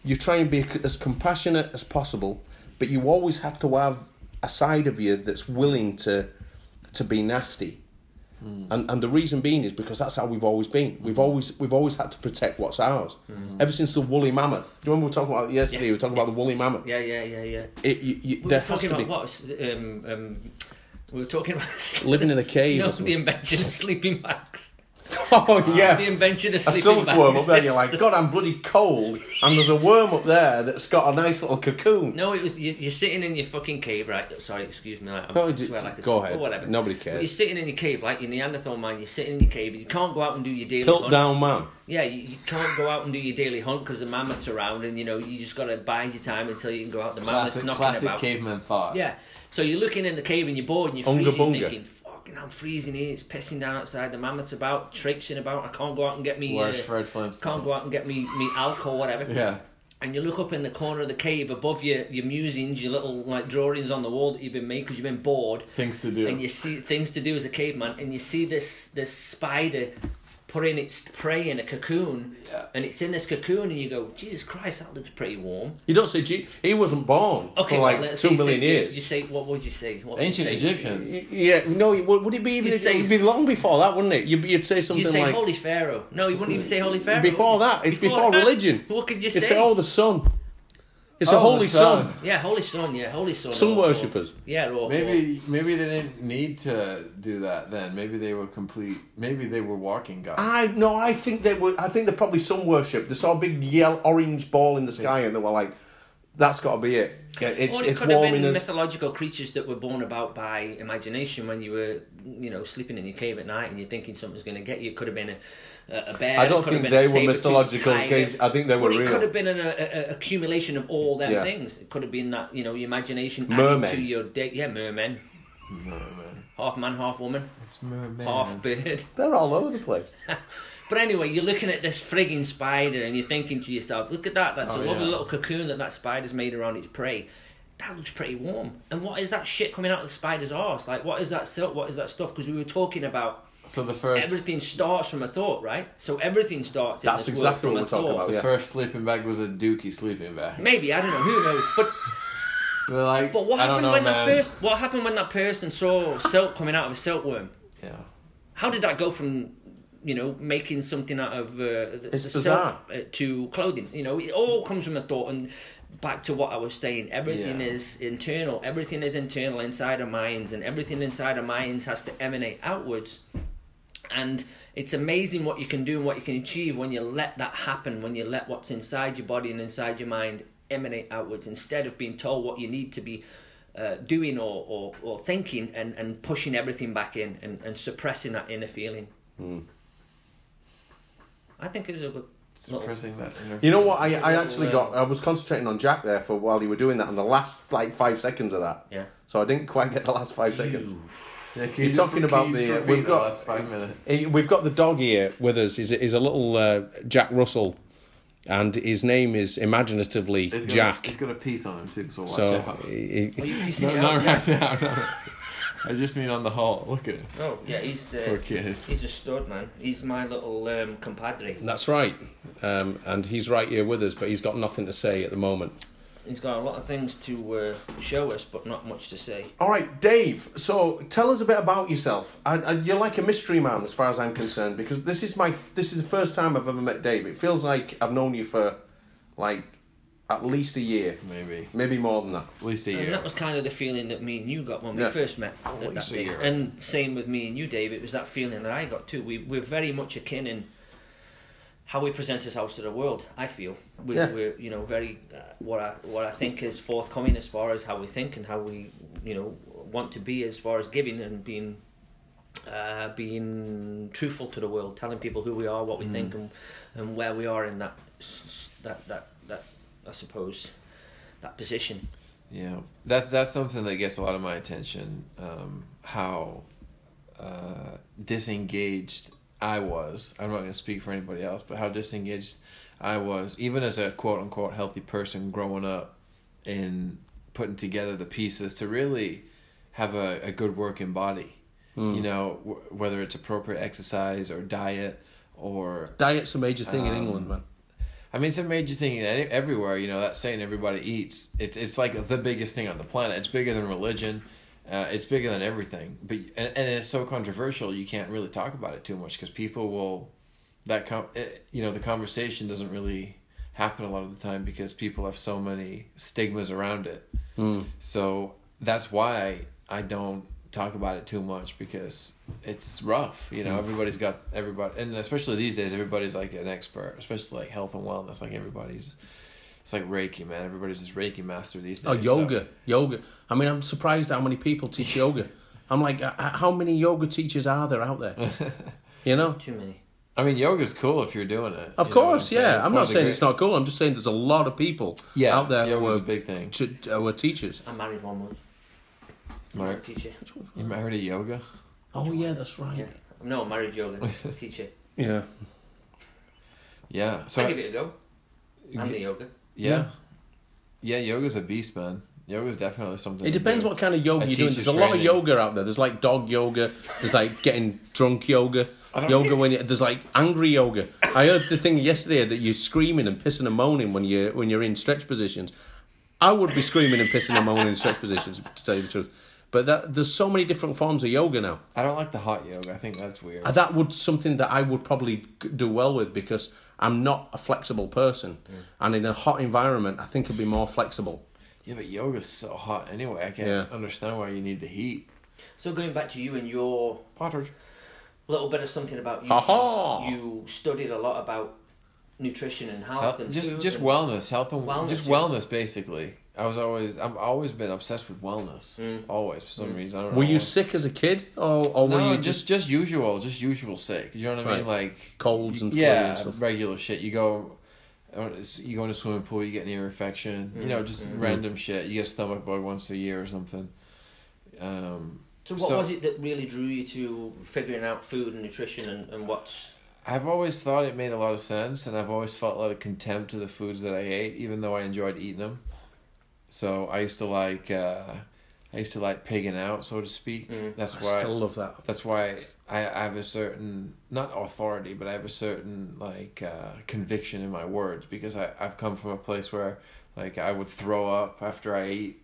Speaker 2: you try and be c- as compassionate as possible, but you always have to have a side of you that's willing to to be nasty.
Speaker 3: Hmm.
Speaker 2: And and the reason being is because that's how we've always been. We've always we've always had to protect what's ours.
Speaker 3: Hmm.
Speaker 2: Ever since the woolly mammoth. Do you remember we were talking about it yesterday? We were talking about the woolly mammoth.
Speaker 3: Yeah, yeah, yeah, yeah.
Speaker 2: It, you, you,
Speaker 3: We
Speaker 2: there
Speaker 3: were
Speaker 2: has
Speaker 3: talking
Speaker 2: to
Speaker 3: about
Speaker 2: be
Speaker 3: what? Um, um, we were talking about
Speaker 2: living in a cave.
Speaker 3: you know,
Speaker 2: or
Speaker 3: the
Speaker 2: something.
Speaker 3: invention of sleeping bags.
Speaker 2: oh yeah.
Speaker 3: The invention of
Speaker 2: a
Speaker 3: sleeping bags.
Speaker 2: silkworm up there. You're like, God, I'm bloody cold. And there's a worm up there that's got a nice little cocoon.
Speaker 3: No, it was you, you're sitting in your fucking cave, right? Sorry, excuse me. Like, I'm,
Speaker 2: No,
Speaker 3: I
Speaker 2: d-
Speaker 3: swear
Speaker 2: d-
Speaker 3: like a-
Speaker 2: go ahead.
Speaker 3: or whatever.
Speaker 2: Nobody
Speaker 3: But
Speaker 2: cares.
Speaker 3: You're sitting in your cave, like your Neanderthal man. You're sitting in your cave, and you can't go out and do your daily
Speaker 2: Built
Speaker 3: hunt.
Speaker 2: down man.
Speaker 3: Yeah, you, you can't go out and do your daily hunt because the mammoths around, and you know you just got to bide your time until you can go out. The mammoths
Speaker 4: Classic,
Speaker 3: knocking
Speaker 4: classic
Speaker 3: about.
Speaker 4: caveman thoughts.
Speaker 3: Yeah. So you're looking in the cave and you're bored and you're
Speaker 2: Unga
Speaker 3: freezing,
Speaker 2: bunga.
Speaker 3: thinking, "Fucking, I'm freezing here. It's pissing down outside. The mammoth's about, traipsing about. I can't go out and get me.
Speaker 4: Where's
Speaker 3: uh,
Speaker 4: Fred Flintstone?
Speaker 3: Can't go out and get me me alcohol, whatever.
Speaker 4: Yeah.
Speaker 3: And you look up in the corner of the cave above your your musings, your little like drawings on the wall that you've been making because you've been bored.
Speaker 4: Things to do.
Speaker 3: And you see things to do as a caveman, and you see this this spider putting its prey in a cocoon,
Speaker 4: Yeah.
Speaker 3: and it's in this cocoon, and you go, Jesus Christ, that looks pretty warm.
Speaker 2: You don't say G- he wasn't born for
Speaker 3: well,
Speaker 2: like
Speaker 3: let's
Speaker 2: two
Speaker 3: say-
Speaker 2: million
Speaker 3: say-
Speaker 2: years.
Speaker 3: You say what would you say? What would
Speaker 4: Ancient
Speaker 3: you say?
Speaker 4: Egyptians.
Speaker 2: Yeah, no. it Would would it be even? It
Speaker 3: You'd say-
Speaker 2: would be long before that, wouldn't it? You'd, you'd say
Speaker 3: You
Speaker 2: something
Speaker 3: say
Speaker 2: like
Speaker 3: Holy Pharaoh. No, you wouldn't even say Holy Pharaoh.
Speaker 2: before that. It's before,
Speaker 3: that,
Speaker 2: religion.
Speaker 3: What could you
Speaker 2: It's
Speaker 3: say?
Speaker 2: oh the sun. It's a
Speaker 4: Oh, the
Speaker 2: holy sun.
Speaker 4: sun.
Speaker 3: Yeah, Holy Son. Yeah, Holy Son.
Speaker 2: Sun
Speaker 3: or-
Speaker 2: worshippers.
Speaker 3: Or, yeah, or, or-
Speaker 4: Maybe maybe they didn't need to do that then. Maybe they were complete. Maybe they were walking gods.
Speaker 2: I no, I think they were. I think they're probably sun worship. They saw a big yellow orange ball in the sky, and they were like, "That's got to be it. Yeah, it's
Speaker 3: or it
Speaker 2: it's
Speaker 3: could have
Speaker 2: warming
Speaker 3: been
Speaker 2: us."
Speaker 3: mythological creatures that were born about by imagination when you were, you know, sleeping in your cave at night and you're thinking something's going to get you. It could have been a, a a bear.
Speaker 2: I don't
Speaker 3: it could have
Speaker 2: think
Speaker 3: been a
Speaker 2: they were
Speaker 3: saber-toothed
Speaker 2: mythological
Speaker 3: tiger.
Speaker 2: creatures. I think they
Speaker 3: But
Speaker 2: were
Speaker 3: it
Speaker 2: real.
Speaker 3: could have been an a, a- accumulation of all them
Speaker 2: Yeah.
Speaker 3: things. It could have been that you know your imagination
Speaker 2: Mermen.
Speaker 3: added to your day. Yeah, mermen,
Speaker 4: Merman.
Speaker 3: half man, half woman,
Speaker 4: It's merman.
Speaker 3: half bird.
Speaker 2: They're all over the place.
Speaker 3: But anyway, you're looking at this frigging spider and you're thinking to yourself, look at that, that's a
Speaker 4: Oh,
Speaker 3: lovely
Speaker 4: yeah.
Speaker 3: little cocoon that that spider's made around its prey. That looks pretty warm. And what is that shit coming out of the spider's arse? Like, what is that silk? What is that stuff? Because we were talking about
Speaker 4: So the first
Speaker 3: everything starts from a thought, right? So everything starts. in
Speaker 2: That's
Speaker 3: this world
Speaker 2: exactly
Speaker 3: from
Speaker 2: what
Speaker 3: a
Speaker 2: we're talking
Speaker 3: thought.
Speaker 2: about,
Speaker 4: the
Speaker 2: yeah.
Speaker 4: first sleeping bag was a dookie sleeping bag.
Speaker 3: Maybe I don't know who knows, but
Speaker 4: They're like,
Speaker 3: but what
Speaker 4: I
Speaker 3: happened
Speaker 4: don't know,
Speaker 3: when
Speaker 4: man.
Speaker 3: that first? What happened when that person saw silk coming out of a silkworm?
Speaker 4: Yeah.
Speaker 3: How did that go from, you know, making something out of uh, the,
Speaker 2: It's
Speaker 3: the
Speaker 2: bizarre.
Speaker 3: silk, uh, to clothing? You know, it all comes from a thought and back to what I was saying. Everything
Speaker 4: Yeah.
Speaker 3: is internal. Everything is internal inside our minds, and everything inside our minds has to emanate outwards. And it's amazing what you can do and what you can achieve when you let that happen. When you let what's inside your body and inside your mind emanate outwards, instead of being told what you need to be uh, doing or, or, or thinking and, and pushing everything back in and, and suppressing that inner feeling. I think it was a good. little-
Speaker 4: Suppressing that. inner
Speaker 2: You know
Speaker 4: feeling.
Speaker 2: what? I, I actually
Speaker 3: Yeah.
Speaker 2: got. I was concentrating on Jack there for while you were doing that, and the last like five seconds of that.
Speaker 3: Yeah.
Speaker 2: So I didn't quite get the last five seconds.
Speaker 4: Yeah, can
Speaker 2: You're
Speaker 4: just
Speaker 2: talking
Speaker 4: repeat-
Speaker 2: about
Speaker 4: can you
Speaker 2: the-
Speaker 4: just
Speaker 2: we've
Speaker 4: repeat
Speaker 2: got-
Speaker 4: last five minutes.
Speaker 5: Eh, We've got the dog here with us. He's a, he's a little uh, Jack Russell, and his name is imaginatively
Speaker 4: It's got a-
Speaker 5: Jack.
Speaker 4: It's got a piece on him too, so watch
Speaker 5: So
Speaker 4: out.
Speaker 5: he-
Speaker 3: Are
Speaker 5: he-
Speaker 3: you pissing
Speaker 4: No,
Speaker 3: it
Speaker 4: not
Speaker 3: out,
Speaker 4: right now. No. I just mean on the hall. Look at him.
Speaker 3: Jack? Oh yeah, he's uh,
Speaker 4: Poor kid.
Speaker 3: he's a stud man. He's my little um, compadre.
Speaker 5: that's right. Um, and he's right here with us, but he's got nothing to say at the moment.
Speaker 3: He's got a lot of things to uh, show us, but not much to say.
Speaker 2: All right, Dave. So tell us a bit about yourself. I, I, you're like a mystery man, as far as I'm concerned, because this is my f- this is the first time I've ever met Dave. It feels like I've known you for like at least a year,
Speaker 4: Maybe.
Speaker 2: maybe more than that.
Speaker 4: At least a
Speaker 3: And
Speaker 4: year.
Speaker 3: that was kind of the feeling that me and you got when we
Speaker 2: Yeah.
Speaker 3: first met. at
Speaker 4: you
Speaker 3: that
Speaker 4: see
Speaker 3: big-
Speaker 4: here.
Speaker 3: And same with me and you, Dave. It was that feeling that I got too. We we're very much akin in how we present ourselves to the world. I feel we,
Speaker 2: Yeah.
Speaker 3: we're you know very uh, what I what I think is forthcoming as far as how we think and how we you know want to be as far as giving and being uh, being truthful to the world, telling people who we are, what we
Speaker 2: Mm.
Speaker 3: think, and and where we are in that s- s- that that that I suppose that position.
Speaker 4: Yeah, that's that's something that gets a lot of my attention. Um, how uh, disengaged I was. I'm not going to speak for anybody else, but how disengaged I was, even as a quote unquote healthy person growing up and putting together the pieces to really have a, a good working body. You know, w- whether it's appropriate exercise or diet or
Speaker 5: Diet's a major thing
Speaker 4: Um,
Speaker 5: in England, man.
Speaker 4: I mean, it's a major thing e- everywhere. You know that saying, "Everybody eats." It's it's like the biggest thing on the planet. It's bigger than religion. Uh, it's bigger than everything. But and, and it's so controversial. You can't really talk about it too much because people will that com- it, you know the conversation doesn't really happen a lot of the time because people have so many stigmas around it.
Speaker 5: Hmm.
Speaker 4: So that's why I don't talk about it too much because it's rough. You
Speaker 5: Hmm.
Speaker 4: know, everybody's got everybody, and especially these days, everybody's like an expert, especially like health and wellness. Like everybody's, it's like Reiki, man. Everybody's this Reiki master these days.
Speaker 5: Oh,
Speaker 4: so-
Speaker 5: yoga, yoga. I mean, I'm surprised how many people teach yoga. I'm like, uh, how many yoga teachers are there out there? You know.
Speaker 3: Too many.
Speaker 4: I mean, yoga's cool if you're doing it.
Speaker 5: Of
Speaker 4: you know what
Speaker 5: course,
Speaker 4: saying?
Speaker 5: yeah.
Speaker 4: It's
Speaker 5: I'm
Speaker 4: one
Speaker 5: not
Speaker 4: of the
Speaker 5: saying
Speaker 4: great-
Speaker 5: it's not cool. I'm just saying there's a lot of people
Speaker 4: Yeah,
Speaker 5: out there who
Speaker 4: yoga's
Speaker 5: are,
Speaker 4: a big thing.
Speaker 5: t- who are teachers.
Speaker 3: I married one once.
Speaker 4: Mar-
Speaker 3: teacher.
Speaker 4: you married a yoga?
Speaker 2: Oh yeah, that's
Speaker 3: Yeah.
Speaker 2: right.
Speaker 3: No, I'm married yoga teacher.
Speaker 2: Yeah.
Speaker 4: Yeah. So
Speaker 3: I
Speaker 4: I-
Speaker 3: give it a go. I'm the yoga.
Speaker 4: yeah. Yeah, yoga's a beast, man. Yoga's definitely something.
Speaker 2: It
Speaker 4: to
Speaker 2: depends
Speaker 4: do.
Speaker 2: what kind of yoga
Speaker 4: I
Speaker 2: you're doing.
Speaker 4: teach
Speaker 2: There's a
Speaker 4: you
Speaker 2: lot of
Speaker 4: training.
Speaker 2: yoga out there. There's like dog yoga. There's like getting drunk yoga.
Speaker 4: I don't-
Speaker 2: Yoga when you, there's like angry yoga. I heard the thing yesterday that you're screaming and pissing and moaning when you when you're in stretch positions. I would be screaming and pissing and moaning in stretch positions to tell you the truth. But that, there's so many different forms of yoga now.
Speaker 4: I don't like the hot yoga. I think that's weird.
Speaker 2: Uh, that would something that I would probably g- do well with because I'm not a flexible person,
Speaker 4: Mm.
Speaker 2: and in a hot environment, I think I'd be more flexible.
Speaker 4: yeah, but yoga's so hot anyway. I can't
Speaker 2: Yeah.
Speaker 4: understand why you need the heat.
Speaker 3: So going back to you and your
Speaker 4: Potter.
Speaker 3: little bit of something about you.
Speaker 2: Ha-ha!
Speaker 3: You studied a lot about nutrition and health
Speaker 4: Health,
Speaker 3: and
Speaker 4: Uh, just
Speaker 3: food
Speaker 4: just
Speaker 3: and-
Speaker 4: wellness, health and
Speaker 3: Wellness,
Speaker 4: just
Speaker 3: yeah.
Speaker 4: wellness basically. I was always I've always been obsessed with wellness.
Speaker 3: Mm.
Speaker 4: Always for some reason. I don't
Speaker 2: Mm. Were
Speaker 4: know.
Speaker 2: you sick as a kid, or, or were
Speaker 4: Oh. no,
Speaker 2: you just
Speaker 4: just just usual, just usual sick. You know what I mean?
Speaker 2: Right.
Speaker 4: Like
Speaker 2: Colds and flu
Speaker 4: yeah,
Speaker 2: and stuff.
Speaker 4: regular shit. You go, uh, you go in a swimming pool, you get an ear infection. You know, just random shit. You get a stomach bug once a year or something. Um,
Speaker 3: So what
Speaker 4: so-
Speaker 3: was it that really drew you to figuring out food and nutrition and, and what's
Speaker 4: I've always thought it made a lot of sense, and I've always felt a lot of contempt to the foods that I ate, even though I enjoyed eating them. So I used to like, uh, I used to like pigging out, so to speak. That's
Speaker 2: I
Speaker 4: why
Speaker 2: still love that.
Speaker 4: that's why I, I have a certain not authority but i have a certain like uh, conviction in my words because I, i've come from a place where like i would throw up after i eat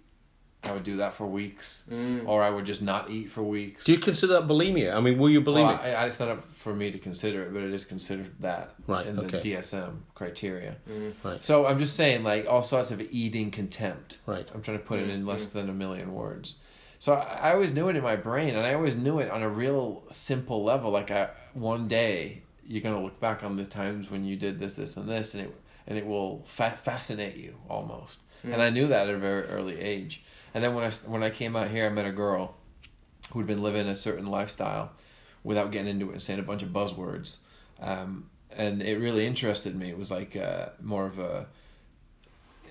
Speaker 4: i would do that for weeks or i would just not eat for weeks
Speaker 2: Do you consider that bulimia? I mean, will you believe
Speaker 4: well,
Speaker 2: it?
Speaker 4: I, I, it's not up for me to consider it, but it is considered that
Speaker 2: Right,
Speaker 4: in
Speaker 2: okay.
Speaker 4: the DSM criteria.
Speaker 2: Right.
Speaker 4: So I'm just saying, like all sorts of eating contempt.
Speaker 2: Right.
Speaker 4: I'm trying to put it in less than a million words. So I, I always knew it in my brain, and I always knew it on a real simple level. Like I, one day you're gonna look back on the times when you did this, this, and this, and it and it will fa- fascinate you almost. And I knew that at a very early age. And then when I s- when I came out here, I met a girl who'd been living a certain lifestyle without getting into it and saying a bunch of buzzwords. Um, and it really interested me. It was like uh, more of a,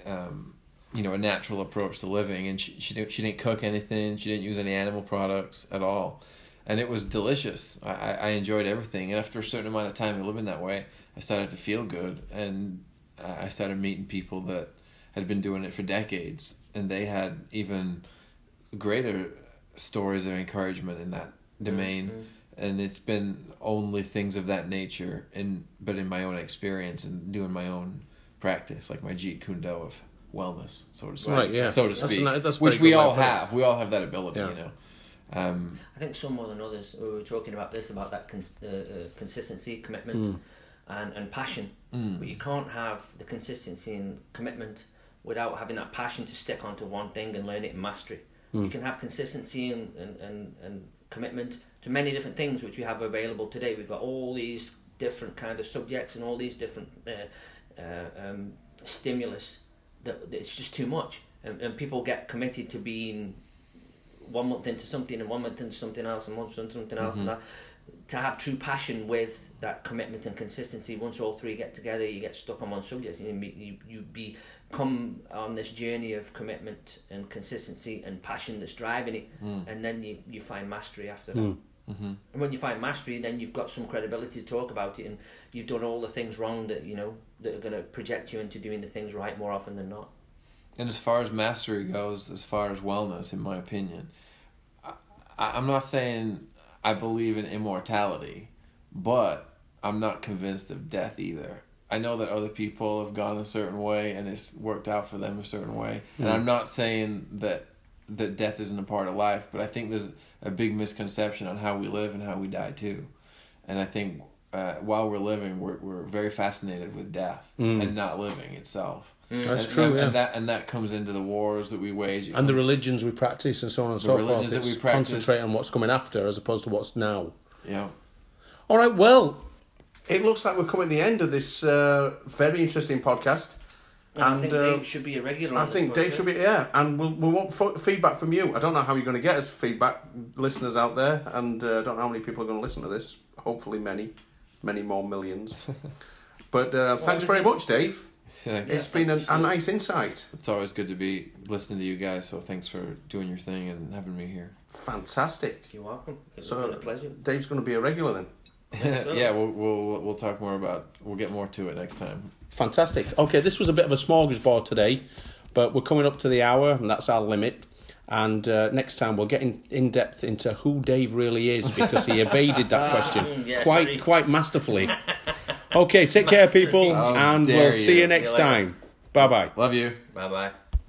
Speaker 4: um, you know, a natural approach to living. And she, she, didn't, she didn't cook anything. She didn't use any animal products at all. And it was delicious. I, I I enjoyed everything. And after a certain amount of time of living that way, I started to feel good. And I I started meeting people that had been doing it for decades. And they had even greater stories of encouragement in that domain and it's been only things of that nature in but in my own experience and doing my own practice like my jeet kundo of wellness so to speak
Speaker 2: Right, yeah.
Speaker 4: so to
Speaker 2: That's a
Speaker 4: speak
Speaker 2: ni- that's a
Speaker 4: which
Speaker 2: very
Speaker 4: we
Speaker 2: good way
Speaker 4: all
Speaker 2: of putting it.
Speaker 4: have we all have that ability
Speaker 2: Yeah.
Speaker 4: you know um
Speaker 3: I think some more than others. We were talking about this about that con- uh, uh, consistency, commitment, and and passion. But you can't have the consistency and commitment without having that passion to stick onto one thing and learn it in mastery. You can have consistency and, and, and, and commitment to many different things which we have available today. We've got all these different kind of subjects and all these different uh, uh, um, stimulus that, that it's just too much. And, and people get committed to being one month into something and one month into something else and one month into something else and that to have true passion with that commitment and consistency once all three get together you get stuck on one subject you be- you, you be come on this journey of commitment and consistency and passion that's driving it and then you, you find mastery after
Speaker 2: Hmm.
Speaker 3: that and when you find mastery then you've got some credibility to talk about it and you've done all the things wrong that you know that are going to project you into doing the things right more often than not
Speaker 4: and as far as mastery goes, as far as wellness, in my opinion, I, I'm not saying I believe in immortality, but I'm not convinced of death either. I know that other people have gone a certain way and it's worked out for them a certain way, and I'm not saying that that death isn't a part of life, but I think there's a big misconception on how we live and how we die too, and I think. Uh, while we're living, we're, we're very fascinated with death and not living itself.
Speaker 2: That's
Speaker 4: And-
Speaker 2: true,
Speaker 4: and-
Speaker 2: yeah.
Speaker 4: and that and that comes into the wars that we wage.
Speaker 2: And the religions we practice and so on and so forth.
Speaker 4: religions that we
Speaker 2: It's
Speaker 4: practice.
Speaker 2: Concentrate on what's coming after as opposed to what's now.
Speaker 4: yeah,
Speaker 2: All right, well, it looks like we're coming to the end of this uh, very interesting podcast.
Speaker 3: and, I
Speaker 2: And,
Speaker 3: think
Speaker 2: uh,
Speaker 3: Dave should be a regular
Speaker 2: I
Speaker 3: on this
Speaker 2: think Dave
Speaker 3: podcast.
Speaker 2: should be yeah, and we'll, we want f- feedback from you. I don't know how you're going to get us feedback, listeners out there, and uh, I don't know how many people are going to listen to this. Hopefully, many, many more millions. but uh, thanks very much, Dave.
Speaker 4: Like,
Speaker 6: It's been a, a nice insight.
Speaker 4: It's always good to be listening to you guys. So thanks for doing your thing and having me here.
Speaker 6: Fantastic.
Speaker 3: You're welcome. It's
Speaker 6: So-
Speaker 3: been a pleasure.
Speaker 6: Dave's going to be a regular then.
Speaker 4: yeah, we'll, we'll we'll talk more about. We'll get more to it next time.
Speaker 2: Fantastic. Okay, this was a bit of a smorgasbord today, but we're coming up to the hour, and that's our limit. And uh, next time we'll get in, in depth into who Dave really is because he evaded that question
Speaker 3: Ah, mm, Yeah,
Speaker 2: quite
Speaker 3: very-
Speaker 2: quite masterfully. Okay, take care, people,
Speaker 4: How
Speaker 2: and
Speaker 4: dare
Speaker 2: we'll see
Speaker 4: you.
Speaker 2: you next
Speaker 3: See you later.
Speaker 2: time. Bye bye.
Speaker 4: Love you.
Speaker 3: Bye bye.